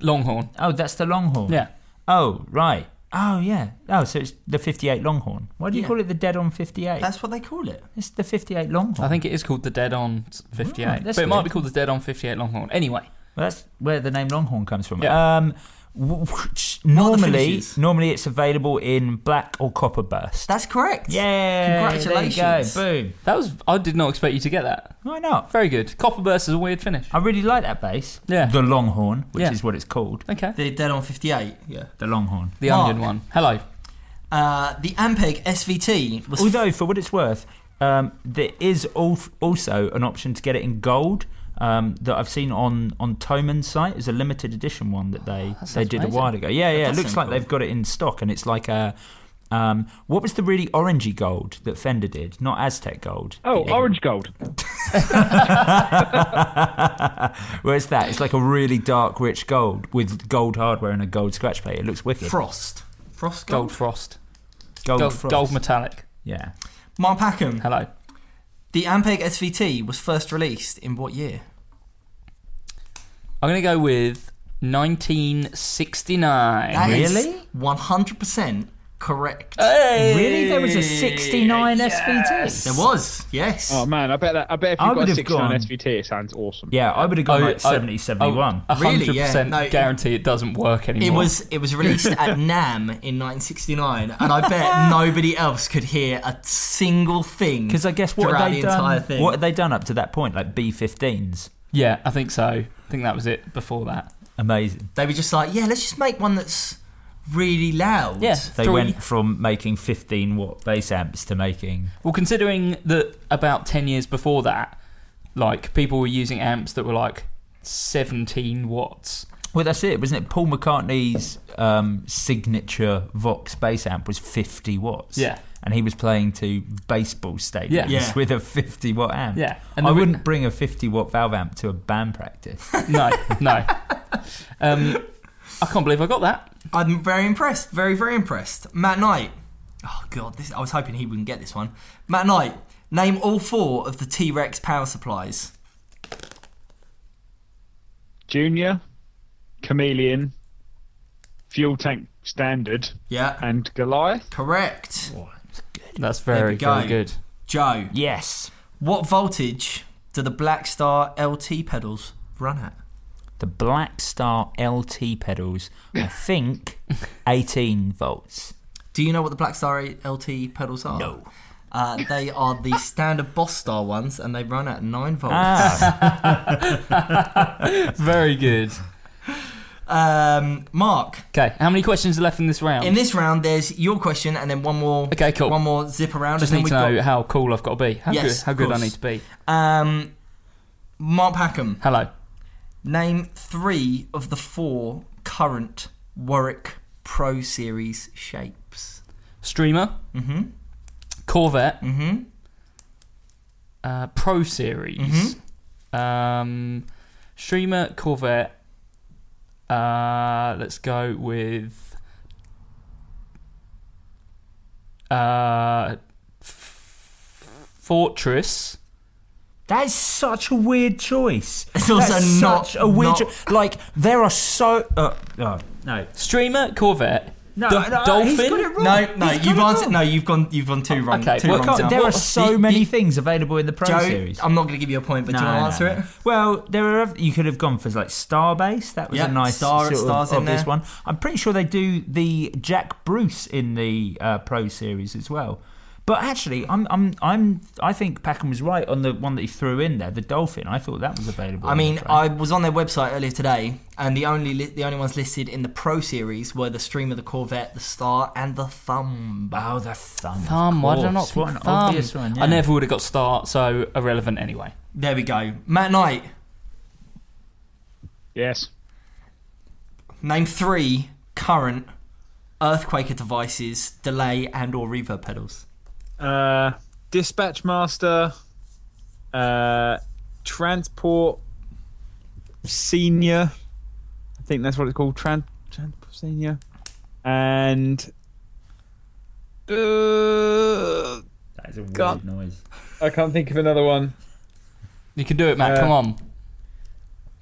Longhorn. Oh, that's the longhorn. Yeah. Oh, right. Oh, yeah. Oh, so it's the 58 longhorn. Why do you Yeah. call it the dead on 58? Uh, That's what they call it. it's the 58 longhorn. I think it is called the Dead On 58, Oh, Right, but that's it might good. be called the Dead On 58 Longhorn. Anyway, Well, that's where the name Longhorn comes from. Yeah. Um, w- which are the normally, finishes? normally it's available in black or copper burst. That's correct. Yeah, Congratulations. There you go. Boom. that was I did not expect you to get that. Why not? Very good. Copperburst is a weird finish. I really like that bass. Yeah. The Longhorn, which Yeah. is what it's called. Okay. The Dead on 58. Yeah. The Longhorn. The Mark. onion one. Hello. Uh, the Ampeg SVT was. Although, for what it's worth, um, there is al- also an option to get it in gold um, that I've seen on on Toman's site. It's a limited edition one that they Oh, that sounds they did amazing. a while ago. Yeah, yeah. It does looks like sound cool. they've got it in stock, and it's like a. Um, what was the really orangey gold that Fender did? Not Aztec gold. Oh, The- orange gold. Where's that? It's like a really dark, rich gold with gold hardware and a gold scratch plate. It looks wicked. Frost. Frost Gold. Gold Frost. gold, Gold, frost. gold metallic. Yeah. Mark Packham. Hello. The Ampeg SVT was first released in what year? I'm going to go with 1969. That is Really? 100% correct. Hey! Really? There was a 69 SVT? there was, yes. Oh man, I bet that. I bet if I you got would a have 69 gone- SVT, it sounds awesome. Yeah, I would have Oh, gone like 70, oh, 71. oh, 100% Really? Yeah, no, it- guarantee it doesn't work anymore. It was it was released at NAM in 1969, and I bet nobody else could hear a single thing. Because I guess what throughout have the they entire done? thing. What have they done up to that point? Like B15s, Yeah, I think so. I think that was it before that. amazing. they were just like, yeah, let's just make one that's really loud. Yeah. They Three. went from making 15 watt bass amps to making. Well, considering that about 10 years before that, like, people were using amps that were like 17 watts. Well, that's it, wasn't it? Paul McCartney's um, signature Vox bass amp was 50 watts. Yeah. And he was playing to baseball stadiums Yeah. Yeah. with a 50 watt amp. Yeah. And And I the- wouldn't bring a 50 watt valve amp to a band practice. No, no. Um, I can't believe I got that. I'm very impressed. Very, very impressed. Matt Knight. Oh god, this I was hoping he wouldn't get this one. Matt Knight, name all four of the T Rex power supplies. Junior, Chameleon, Fuel Tank Standard, Yeah. and Goliath. Correct. That's we very, go. very good. Joe. yes. What voltage do the Black Star LT pedals run at? The Black Star LT pedals, I think 18 volts. Do you know what the Black Star LT pedals are? No. Uh, they are the standard Boss Star ones, and they run at nine volts. Ah, Very good. Um, Mark, Okay, how many questions are left in this round? in this round, there's your question, and then one more. Okay, cool. One more zip around. just and need to then know we've how cool I've got to be. How Yes, good, how of good I course. need to be. got, um, Mark Packham, Hello. name three of the four current Warwick Pro Series shapes. Streamer. Mm-hmm. Corvette. Mhm. Uh, Pro Series. Um, streamer, Corvette. Uh, let's go with. Uh, F- Fortress. that's such a weird choice. It's also That's not- such a weird. not- choi- like there are so. Uh, oh, no. Streamer, Corvette. No, Do- no, Dolphin. he's got it wrong. No, no, He's you've got it answered. wrong. No, you've gone. You've gone two wrong. Okay, two well, wrongs God, now. there are What- so the- many the- things available in the Pro Joe, Series. I'm not going to give you a point, but do you want to answer no, it? no. Well, there are. You could have gone for like Starbase. That was Yeah, a nice Star- sort Star's in of obvious there. one. I'm pretty sure they do the Jack Bruce in the uh, Pro Series as well. But actually, I'm, I'm, I'm. I think Packham was right on the one that he threw in there, the Dolphin. I thought that was available. I on the mean, Pro. I was on their website earlier today, and the only li- the only ones listed in the Pro Series were the Streamer, the Corvette, the Star, and the Thumb. Oh, the thumb. of Thumb. Why did I course. not What think an thumb? obvious one. I yeah. never would have got start, so irrelevant anyway. There we go. Matt Knight, Yes. name three current Earthquaker devices, delay and or reverb pedals. Uh, Dispatch Master, uh, Transport, Senior. I think that's what it's called. Tran, Tran Senior. And. Uh, That is a weird God. noise. I can't think of another one. You can do it, Matt. Uh, Come on.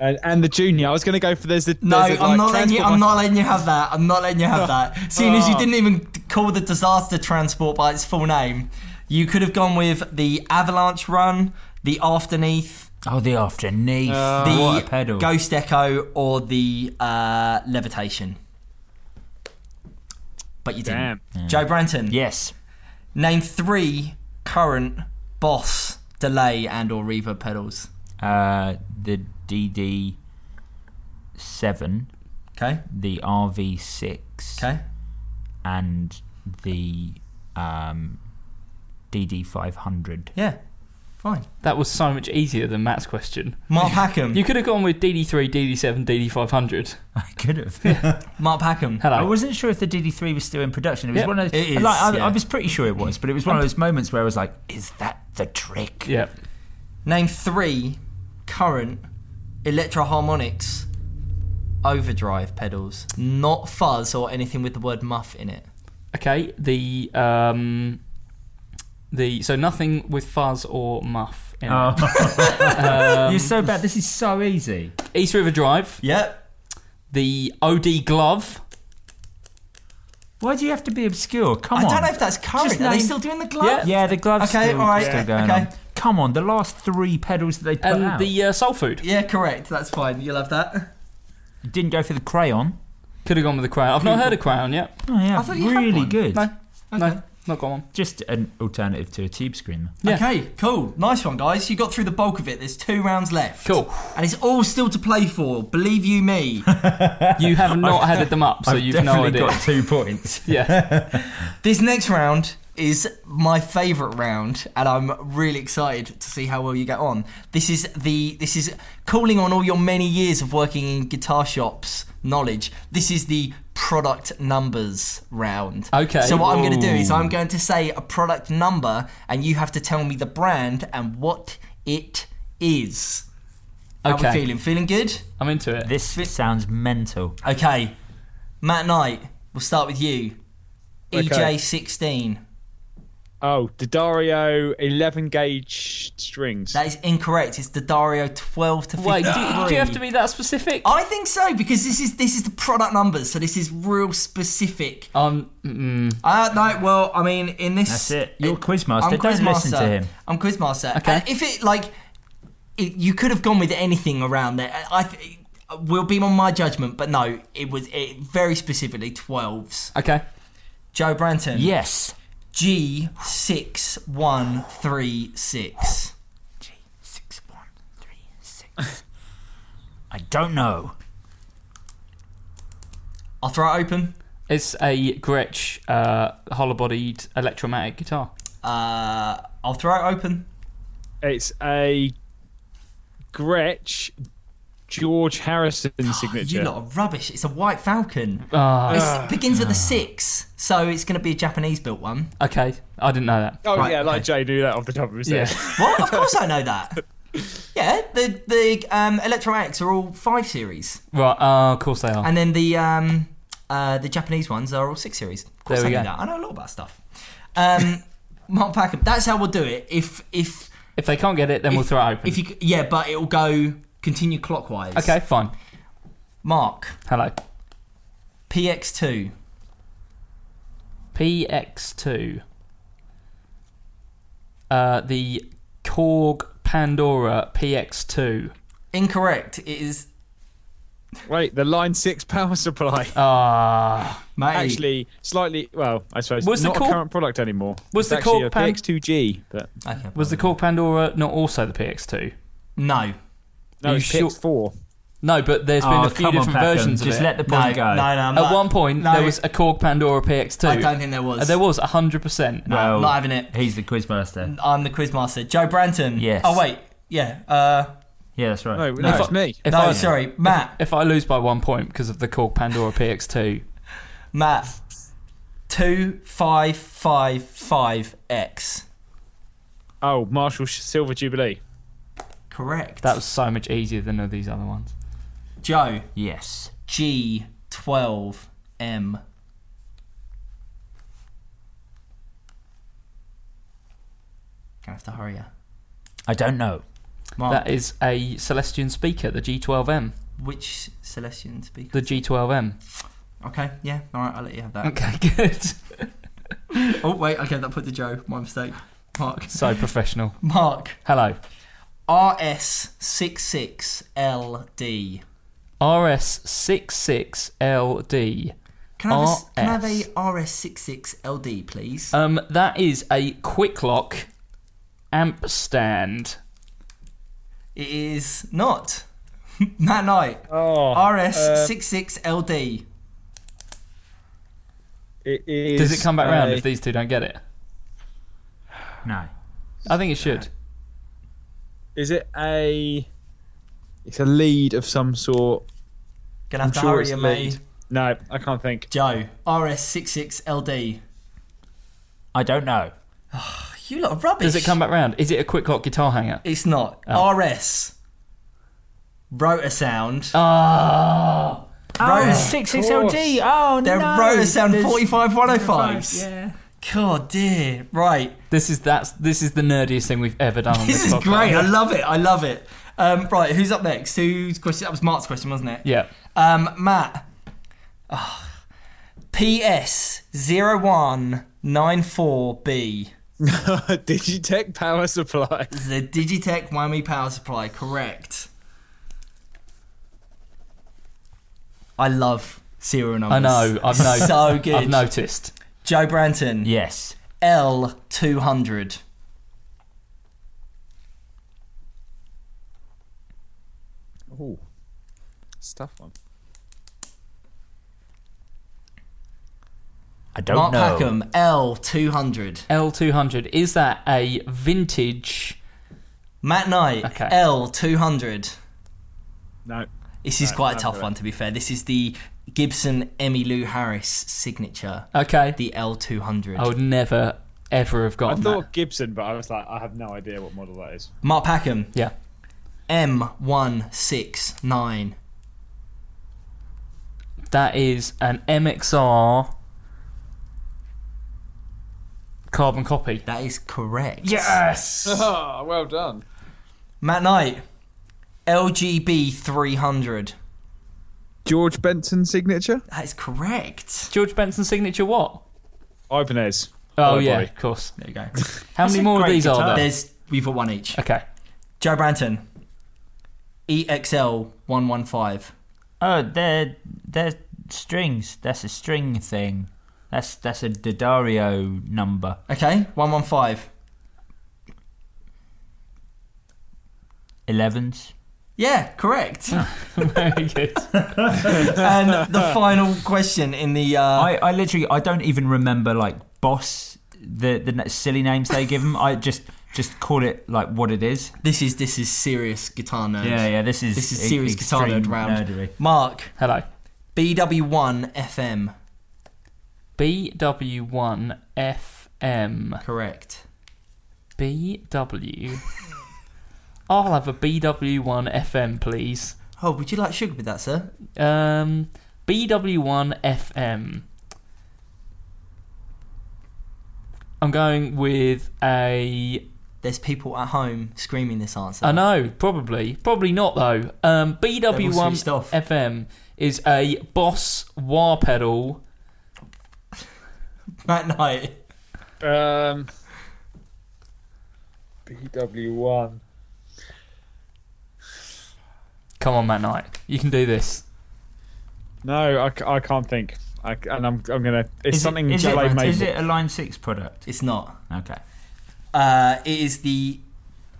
And, and the junior. I was going to go for there's the. No, there's a, I'm like, not letting you. transport I'm not letting you have that. I'm not letting you have that. Seeing as you Oh. didn't even call the disaster transport by its full name, you could have gone with the avalanche run, the afterneath, Oh, the afterneath. Oh, the what a pedal. ghost echo, or the uh, levitation. But you didn't. Damn. Joe Branton. yes. Name three current Boss delay and or reverb pedals. Uh, the DD7, Okay. the RV6, Okay. and the um, DD500. Yeah. Fine. That was so much easier than Matt's question. Mark Hmm. Packham. You could have gone with DD3, DD7, DD500. I could have. Mark Packham. Hello. I wasn't sure if the DD3 was still in production. It was Yeah. one of those, It is, like, I, yeah. I was pretty sure it was, but it was one of those moments where I was like, "Is that the trick?" yeah. Name three current Electro Harmonix overdrive pedals, not fuzz or anything with the word muff in it. Okay. The um, the so nothing with fuzz or muff. In it. Ah. Um, You're so bad. This is so easy. East River Drive. Yep. The OD glove. Why do you have to be obscure? Come I on. don't know if that's current. Just Are they name- still doing the glove? Yeah. Yeah, the gloves Okay, still, all right, still going okay. on. Come on, the last three pedals that they put and out. the uh, soul food. Yeah, correct. That's fine. You'll have that. Didn't go for the crayon. Could have gone with the crown. I've not heard of crown yet. Oh yeah, I thought you had really one. good. No, Okay. no, not got one. Just an alternative to a tube screamer. Yeah. Okay, cool. Nice one, guys. You got through the bulk of it. There's two rounds left. Cool. And it's all still to play for. Believe you me. You have not added them up, so I've you've no definitely idea. got two points. Yeah. This next round is my favourite round, and I'm really excited to see how well you get on. This is the this is calling on all your many years of working in guitar shops knowledge. This is the product numbers round. Okay. So what I'm going to do is I'm going to say a product number, and you have to tell me the brand and what it is. How we Okay. feeling? Feeling good? I'm into it. This sounds mental. Okay. Matt Knight, we'll start with you. E Okay. EJ16. Oh, Daddario 11 gauge strings. That is incorrect. It's the Dario 12 to 53. Wait, do, do you have to be that specific? I think so because this is this is the product numbers, so this is real specific. Um, mm, Uh, no, well, I mean, in this, That's it. You're quizmaster. Don't listen to him. I'm quizmaster. Okay. And if it like, it, you could have gone with anything around there. I- I th- will be on my judgment, but no, it was it very specifically 12s. okay. Joe Branton. Yes. G six one three six. G six one three six. I don't know. I'll throw it open. It's a Gretsch uh, hollow-bodied electromatic guitar. Uh, I'll throw it open. It's a Gretsch George Harrison You signature. lot of rubbish. It's a White Falcon. Ah. It begins with a six, so it's going to be a Japanese built one. Okay, I didn't know that. oh, Right, yeah, like Jay knew that off the top of his Yeah. head. What? of course I know that. Yeah, the the um, Electromatics are all five series, Right. Uh, of course they are. and then the um, uh, the Japanese ones are all six series. Of course There we I know go. that. I know a lot about stuff. Um, Mark Packham. That's how we'll do it. If if if they can't get it, then we'll if- throw it open. If you c- yeah, but it'll go continue clockwise. okay, fine. Mark Hello. PX two. PX2. Uh, the Korg Pandora PX2. Incorrect. It is Wait, the Line 6 power supply. Oh. Ah, mate. actually, slightly, well, I suppose, Was the not cor- a current product anymore. Was it's the actually cor- a pan- PX2G, but okay, was the Korg Pandora not also the PX2? no. no, you it's sure- PX4. No, but there's been a few Oh, come on, different Packham, versions Just of it. let the No, no, point no, go. I'm At not- one point, no, there was a Korg Pandora PX2. I don't think there was. Uh, there was 100%. No, not having it. He's the quizmaster. I'm the quizmaster, Joe Branton. Yes. Oh wait, yeah. Uh, Yeah, that's right. No, no, it's me. If, no, I, sorry, Matt. if I lose by one point because of the Korg Pandora PX2, Matt. Two five five five X. Oh, Marshall Silver Jubilee. Correct. that was so much easier than all these other ones. Joe, Yes. G12M. Gonna have to hurry you. I don't know. Oh. Mark, That is a Celestian speaker, the G12M. which Celestian speaker? The G12M. Okay, yeah, alright, I'll let you have that. Okay, good. Oh, wait, I gave that put to Joe. My mistake. Mark. So professional. Mark. Hello. RS66LD. RS66LD. Can I, have a s Uh, can I have a RS. RS66LD, please? Um, that is a quick lock amp stand. it is not. Matt Knight. Oh, RS66LD. It is Does it come back round a- if these two don't get it? No. I think it should. Is it a? It's a lead of some sort. Gonna I'm have to sure hurry it's you, a mate. lead. No, I can't think. Joe. RS66LD. I don't know. You lot of rubbish. Does it come back round? Is it a quick lock guitar hanger? It's not. Oh. RS. Rotor sound. Ah, Oh, Rotor- six XLD. Oh, They're no. rotor sound There's- 45105s. Yeah. God dear. Right. this is that's this is the nerdiest thing we've ever done. On This this, is podcast. great. I love it. I love it. Um, right, who's up next? Whose question? That was Mark's question, wasn't it? Yeah. Um, Matt. Ah. PS0194B. Digitech power supply. The Digitech Whammy Power Supply. Correct. I love serial I numbers. know. I've noticed. So good. I've noticed. Joe Branton. Yes. L200. Ooh, it's a tough one. I Oh, don't Mark know. Packham. L200. L200 is that a vintage? Matt Knight. Okay. L200. No. This is Right, quite a tough okay. one, to be fair. This is the Gibson Emmy Lou Harris signature, Okay. the L200. I would never ever have I gotten thought that. Gibson, but I was like, I have no idea what model that is. Mark Packham, Yeah. M169. That is an MXR carbon copy. That is correct. Yes. Ah, Oh, well done. Matt Knight, LGB300. George Benson signature. That is correct. George Benson signature what? Ibanez. Oh Bye-bye. yeah, of course. There you go. How many more of great these are guitar. there? There's we've got one each. Okay. Joe Branton, E EXL115. Oh, they're they're strings. That's a string thing. That's that's a Daddario number. Okay, 115. Elevens. Yeah, correct. Very good. and the final question in the uh, I, I literally I don't even remember like boss the the n- silly names they give them. I just just call it like what it is. This is this is serious guitar nerd. Yeah, yeah. This is This is e- serious guitar extreme nerd round. nerdery. Mark Hello. BW1 FM. BW1FM. Correct. BW. I'll have a BW1FM, please. Oh, would you like sugar with that, sir? Um, BW1FM. I'm going with a. There's people at home screaming this answer. I know, probably. Probably not, though. Um, switched off. BW1FM is a Boss wah pedal. Matt Knight. Um, BW1. Come on, Matt Knight. You can do this. No, I, c- I can't think. I c and I'm, I'm going to. It's Is something it, is, Jalay it, made. is it a Line Six product? It's not. Okay. Uh, it is the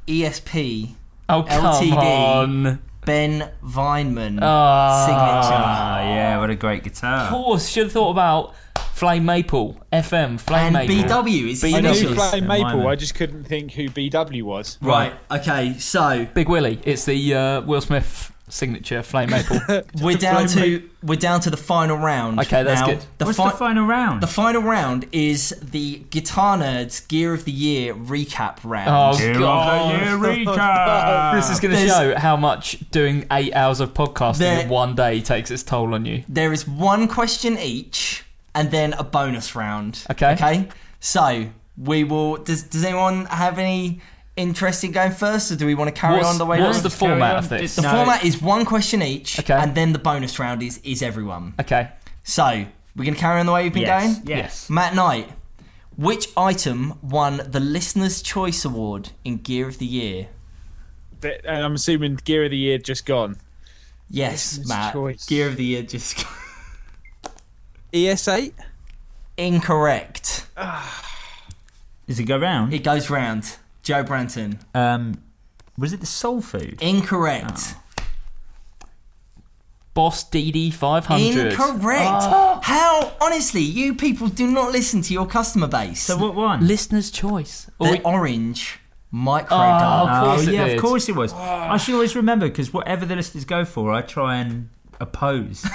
E ESP Oh, come LTD. on. Ben Vineman Ah. Ah, yeah. What a great guitar. Of course, should have thought about Flame Maple, FM, Flame signature. And Maple. BW is I BW. knew Delicious. Flame Yeah, mine Maple. I then. just couldn't think who BW was. Right. Okay. So Big Willie. It's the uh, Will Smith signature flame maple. We're down to we're down to the final round. Okay, that's now. good. The What's fi- the final round? The final round is the Guitar Nerds Gear of the Year recap round. oh Gear of the god. Year recap. This is going to There's- show how much doing eight hours of podcasting There- in one day takes its toll on you. There is one question each, and then a bonus round. Okay. Okay. So we will. Does Does anyone have any interest in going first, or do we want to carry What's, on the way? what's we- the Carry format on. of this? The format is one question each, Okay. and then the bonus round is is everyone. Okay. So we're gonna carry on the way we've been yes. going. Yes. Matt Knight, which item won the Listener's Choice Award in Gear of the Year? Th- And I'm assuming Gear of the Year just gone. Yes, Listener's Matt. Choice. Gear of the Year just ES8? incorrect. Does it go round? It goes round. Joe Branton. um, was it the soul food? Ah. Incorrect. Boss DD 500. Incorrect. Ah. How honestly, you people do not listen to your customer base. So what one? Listener's choice. the Or we- orange micro Oh, dart. Of Oh course it yeah, did. of course it was. I should always remember because whatever the listeners go for, I try and oppose. Joe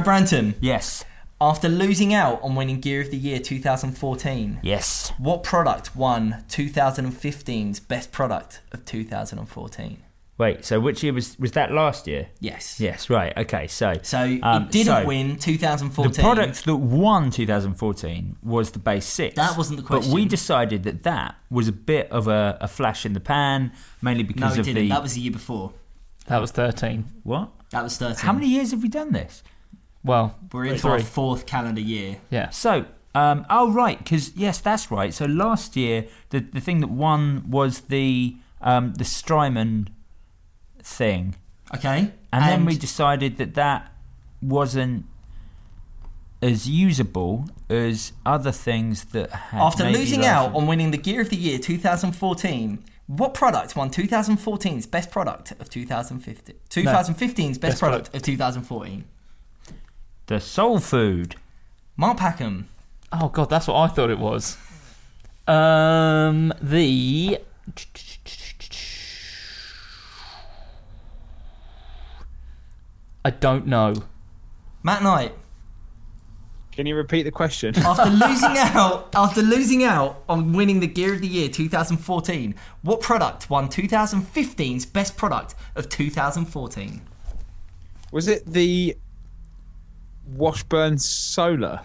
Branton, yes. after losing out on winning Gear of the Year 2014, Yes. what product won 2015's Best Product of 2014? Wait. So which year was was that last year? Yes. Yes. Right. Okay. So So um, it didn't so win 2014. The product that won 2014 was the base six. That wasn't the But we question. decided that that was a bit of a, a flash in the pan, mainly No, because it of didn't. the That was the year before. that was 13. what? That was 13. How many years have we done this? Well, We're in for our three. fourth calendar year. Yeah. So, um, oh right, because yes, that's right. So last year, the the thing that won was the um, the Strymon thing, Okay. and, then we decided that that wasn't as usable as other things that had After maybe losing like- out on winning the Gear of the Year 2014, what product won 2014's Best Product of 2015? 2015's Best, Best product, Product. of 2014. the soul food. Mark Packham. Oh god, that's what I thought it was. Um, the I don't know. Matt Knight. Can you repeat the question? After losing out, after losing out on winning the Gear of the Year 2014, what product won 2015's Best Product of 2014? Was it the Washburn Solar?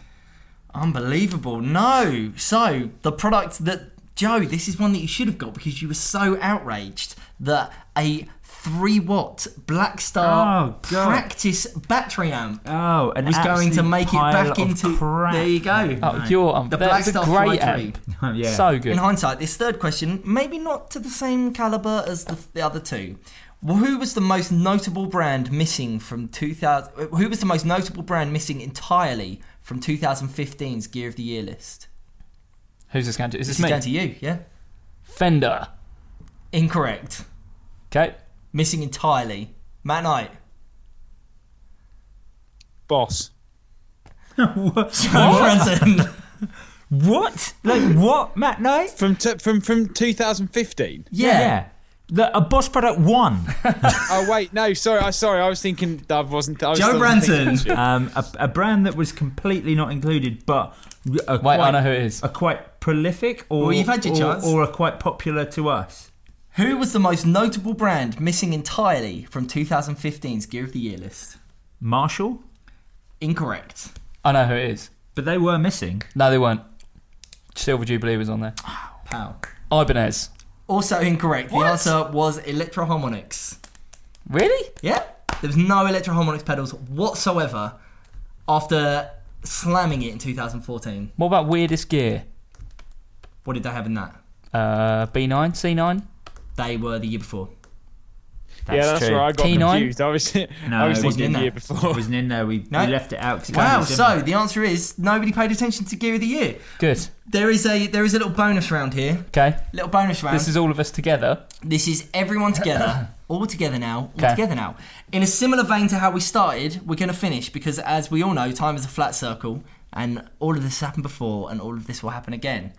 Unbelievable. No. So, the product that, Joe, this is one that you should have got because you were so outraged that a 3 watt Black Star Oh, God. practice battery amp Oh, and was going to make it back into. There you go. Oh, you're um, The that Black was a Star great 43. app. yeah. So good. In hindsight, this third question, maybe not to the same caliber as the, the other two. Well, who was the most notable brand missing from 2000? Who was the most notable brand missing entirely from 2015's Gear of the Year list? Who's this going to? Is This this is me? down to you, yeah? Fender. Incorrect. Okay. Missing entirely. Matt Knight. Boss. Branson. what? Like what, Matt Knight? From t- from from 2015. yeah. The, a boss product won. Oh wait, no, sorry, I sorry, I was thinking I wasn't. I was Joe still Branton. thinking- um, a, a brand that was completely not included, but a Wait, quite, I know who it is. A quite prolific, or Well, you've had your or, chance. or a quite popular to us. Who was the most notable brand missing entirely from 2015's Gear of the Year list? Marshall, Incorrect. I know who it is. but they were missing. No, they weren't. Silver Jubilee was on there. Pow. Ibanez. Also incorrect. The answer was electroharmonics. Really? Yeah. There was no electroharmonics pedals whatsoever after slamming it in 2014. What about weirdest gear? What did they have in that? Uh, B9, C9. They were the year before. That's yeah, that's true. right. I got T9? confused. I was, No, I was it wasn't thinking in the there. year It before. wasn't in there. We, No. we left it out. 'cause it Wow, was in so there. the answer is nobody paid attention to Gear of the Year. Good. There is a there is a little bonus round here. Okay. Little bonus round. This is all of us together. This is everyone together, all together now, all Okay. together now. In a similar vein to how we started, we're going to finish because, as we all know, time is a flat circle, and all of this happened before, and all of this will happen again.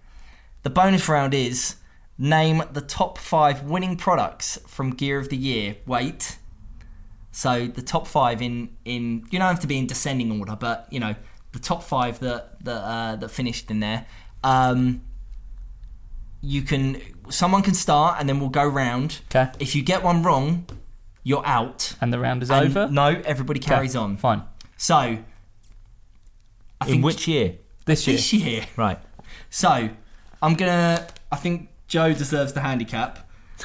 The bonus round is Name the top five winning products from Gear of the Year. Wait. So the top five in in you don't have to be in descending order, but you know the top five that that uh, that finished in there. Um, you can someone can start, and then we'll go round. 'Kay. If you get one wrong, you're out. And the round is And over. No, everybody carries on. Fine. So I In think which year? This year. this year. Right. So I'm gonna. I think Joe deserves the handicap.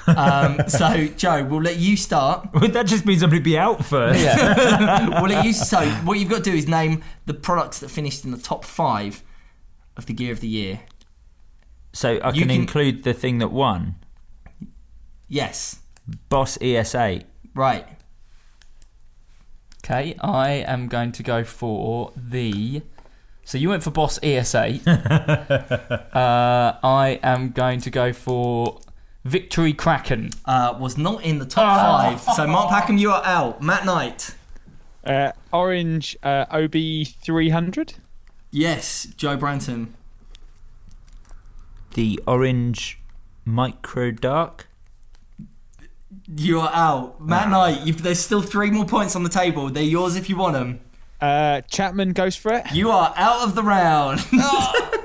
Um, so Joe, we'll let you start. Would that just means I'm going to be out first? Yeah. well, it used so. What you've got to do is name the products that finished in the top five of the gear of the year. So I You can, can- include the thing that won. Yes, Boss E ES8. right. Okay, I am going to go for the. So you went for Boss ES8. uh, I am going to go for Victory Kraken. Uh, was not in the top five. So Mark Packham, you are out. Matt Knight. Uh, orange uh, OB three hundred. Yes, Joe Branton. The orange micro dark. You are out. Matt Knight. You've, there's still three more points on the table. They're yours if you want them. Uh, Chapman goes for it. You are out of the round. Ah.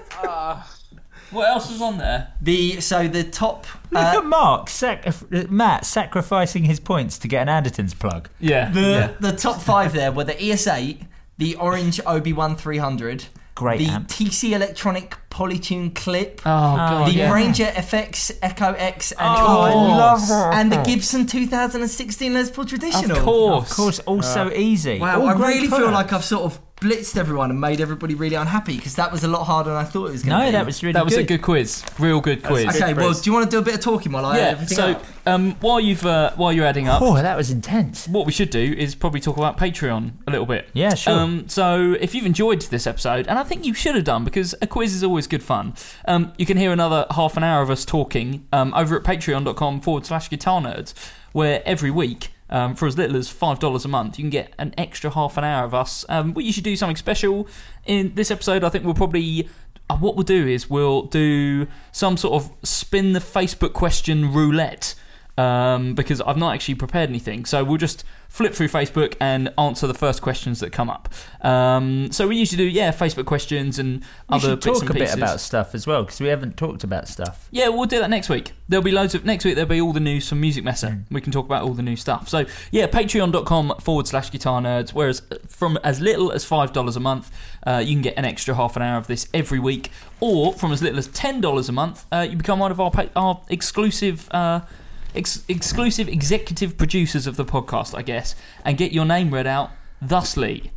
What else was on there? the so the top. Look uh, at Mark, sac- Matt sacrificing his points to get an Anderton's plug. Yeah. The, yeah. Oh, the top five there were the ES8, the orange OB1 300, Great the amp. TC Electronic Polytune Clip, Oh, God. the yeah. Oh, Ranger FX Echo X, and, I love her. and the Gibson 2016 Les Paul Traditional. Of course. Oh, Of course, also easy. Wow, All I great really feel products. like I've sort of blitzed everyone and made everybody really unhappy because that was a lot harder than I thought it was going to No, be. that was really That was good. a good quiz. Real good quiz. Okay, well, do you want to do a bit of talking while I add Yeah. everything So up? um, while you've uh, while you're adding up, Oh, that was intense. what we should do is probably talk about Patreon a little bit. Yeah, sure. Um, so if you've enjoyed this episode, and I think you should have done because a quiz is always good fun, um, you can hear another half an hour of us talking um, over at patreon.com forward slash guitar nerds, where every week. Um, for as little as five dollars a month, you can get an extra half an hour of us. Um, well, you should do something special in this episode. I think we'll probably uh, what we'll do is we'll do some sort of spin the Facebook question roulette um, because I've not actually prepared anything. So we'll just flip through Facebook and answer the first questions that come up. Um, so we usually do, yeah, Facebook questions and We other should bits talk and a bit pieces. about stuff as well because we haven't talked about stuff. Yeah, we'll do that next week. There'll be loads of next week. There'll be all the news from Music Messer. We can talk about all the new stuff. So yeah, Patreon.com forward slash Guitar Nerds. Whereas uh, from as little as five dollars a month, uh, you can get an extra half an hour of this every week, or from as little as ten dollars a month, uh, you become one of our pa- our exclusive. Uh, Ex- exclusive executive producers of the podcast, I guess, and get your name read out thusly.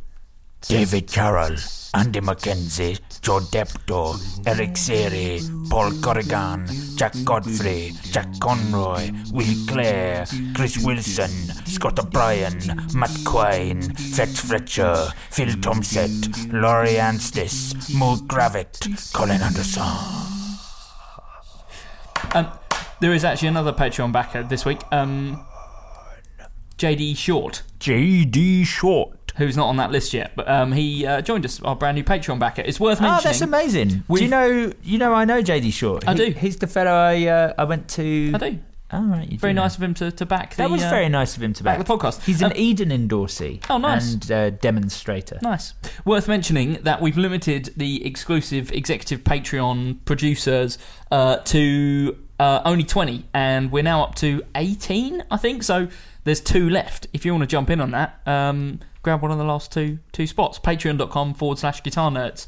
David Carroll, Andy McKenzie, Joe Depto, Eric Seri, Paul Corrigan, Jack Godfrey, Jack Conroy, Will Clare, Chris Wilson, Scott O'Brien, Matt Quine, Fetch Fletcher, Phil Tomsett, Laurie Anstis, Mo Gravitt, Colin Anderson. Um, there is actually another Patreon backer this week. Um, JD Short. J.D. Short. who's not on that list yet, but um, he uh, joined us, our brand new Patreon backer. It's worth mentioning. Oh, that's amazing. Do We've- you know? You know, I know JD Short. I He- do. He's the fellow I uh, I went to. I do. All right, you Very do know. nice of him to, to back the. That was uh, very nice of him to back back, the podcast. He's an Um, Eden endorsee. Oh, nice. And uh, demonstrator. Nice. Worth mentioning that we've limited the exclusive executive Patreon producers uh, to uh, only 20, and we're now up to 18, I think. So there's two left. If you want to jump in on that, um, grab one of the last two two spots. Patreon.com forward slash guitar nerds.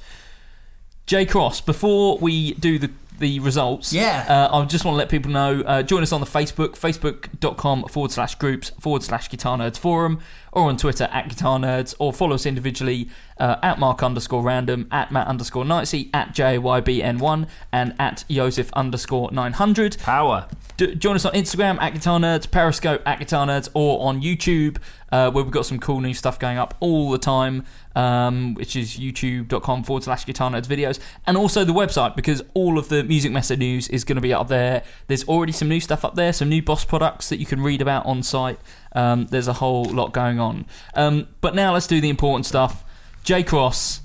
Jay Cross, before we do the the results, Yeah. uh, I just want to let people know uh, join us on the Facebook, facebook.com forward slash groups forward slash guitar nerds forum, or on Twitter at guitar nerds, or follow us individually uh, at mark underscore random, at matt underscore nightsy, at jybn1, and at joseph underscore 900. Power. D- join us on Instagram at Guitar Nerds, Periscope at Guitar Nerds, or on YouTube, uh, where we've got some cool new stuff going up all the time, um, which is youtube.com forward slash Guitar Nerds videos, and also the website because all of the Music Mesa news is going to be up there. There's already some new stuff up there, some new Boss products that you can read about on site. Um, there's a whole lot going on. Um, but now let's do the important stuff. J Cross,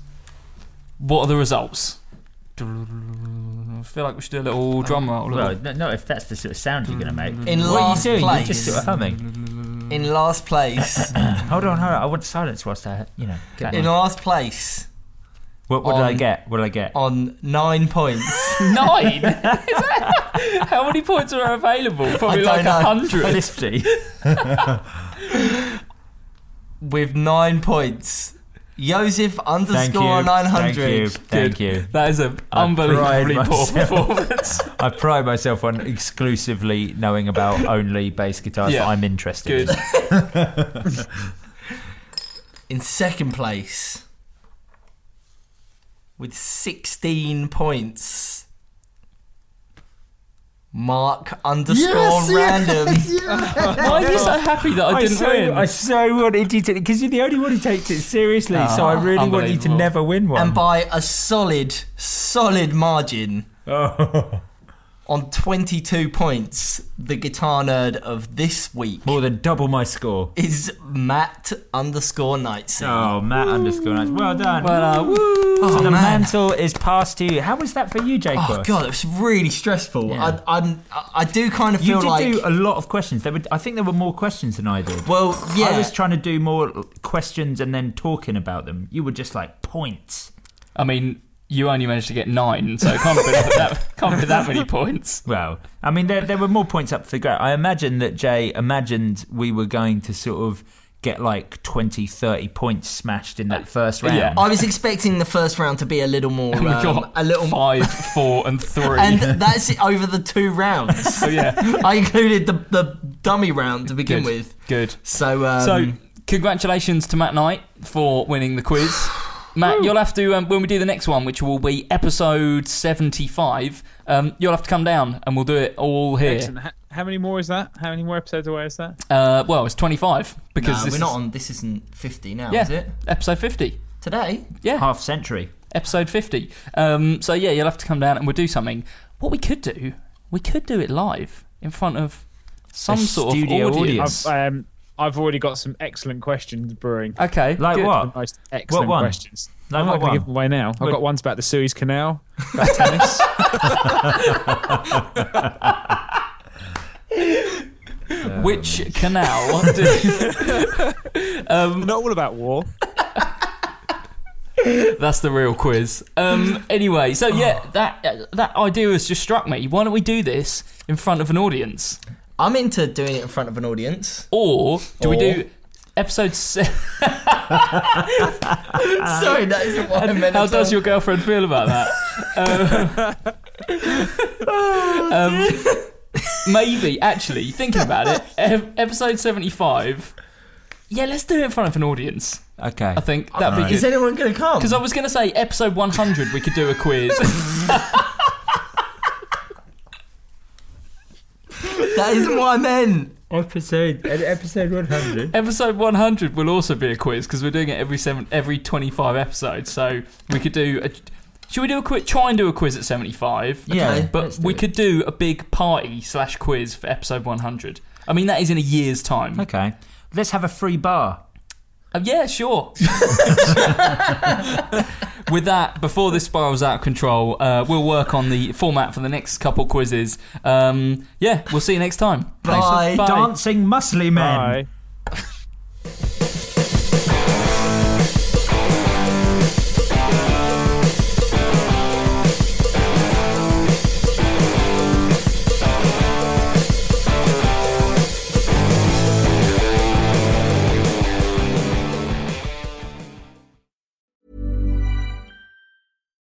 what are the results? I feel like we should do a little drum roll. Well, no, no, if that's the sort of sound you're going to make. In what are you last doing? You're place. just sort of humming. In last place, Hold on, hold on. I want silence whilst I, you know. Get in my- last place what what did I on- get? What did I get? on nine points. Nine? Is that- how many points are available? Probably I like don't a know. hundred. Fifty. with nine points. Joseph Thank you. underscore nine Thank you. hundred. Thank you. That is an I unbelievably pride poor myself. performance. I pride myself on exclusively knowing about only bass guitars Yeah. that I'm interested Good. in. In second place, with sixteen points, Mark underscore random. Why are you so happy that I I didn't so, win? I so wanted you to, because you're the only one who takes it seriously. so I really want you to unbelievable. never win one. and by a solid, solid margin Oh. on 22 points, the guitar nerd of this week More than double my score. is Matt underscore Nightsey. Oh, Matt underscore nice. Well done. Well, uh, woo. so Oh, the man. mantle is passed to you. How was that for you, Jacob? Oh god, it was really stressful. Yeah. I, I'm, I I do kind of You feel did like. do a lot of questions. There were, I think there were more questions than I did. well, yeah, I was trying to do more questions and then talking about them. You were just like points. I mean, you only managed to get nine, so it can't be that, can't be that many points. Well, I mean, there, there were more points up for grab. I imagine that Jay imagined we were going to sort of get like 20, 30 points smashed in that first round. yeah. I was expecting the first round to be a little more, We um, got a little, five, four, and three. and that's it over the two rounds. Oh, so yeah, I included the, the dummy round to begin good. with. Good. So, um, So, congratulations to Matt Knight for winning the quiz. Matt, you'll have to um, when we do the next one, which will be episode seventy-five. Um, you'll have to come down, and we'll do it all Excellent. here. How, how many more is that? How many more episodes away is that? Uh, well, it's twenty-five no, because we're this not is- on. This isn't 50 now, yeah, is it? episode fifty. Today? Yeah, Half century. episode 50. Um, so, yeah, you'll have to come down and we'll do something. What we could do, we could do it live in front of A some sort of studio audience. audience. I've, um, I've already got some excellent questions brewing. Okay. Like good. what? The most excellent one? questions. No, I'm what not going one? to give them away now. What- I've got ones about the Suez Canal, about tennis. Uh, Which canal? do- not all about war. That's the real quiz. Um, anyway, so yeah, Oh. that uh, that idea has just struck me. Why don't we do this in front of an audience? I'm into doing it in front of an audience. Or do we Or- do episode se- Sorry, that isn't what I meant. How to- does your girlfriend feel about that? Um, um, maybe, actually, thinking about it, ep- episode 75. Yeah, let's do it in front of an audience. Okay. I think that'd be Is good. anyone going to come? Because I was going to say, episode 100, we could do a quiz. That isn't what I meant. Episode episode 100. episode 100 will also be a quiz because we're doing it every seven, every 25 episodes. So we could do a. Should we do a quiz? Try and do a quiz at 75. Yeah. Okay. But let's do we it. could do a big party slash quiz for episode 100. I mean, that is in a year's time. Okay. Let's have a free bar. Uh, yeah, sure. With that, before this spirals out of control, uh, we'll work on the format for the next couple quizzes. Um, yeah, we'll see you next time. Bye. Bye. Dancing muscly men. Bye.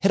Hit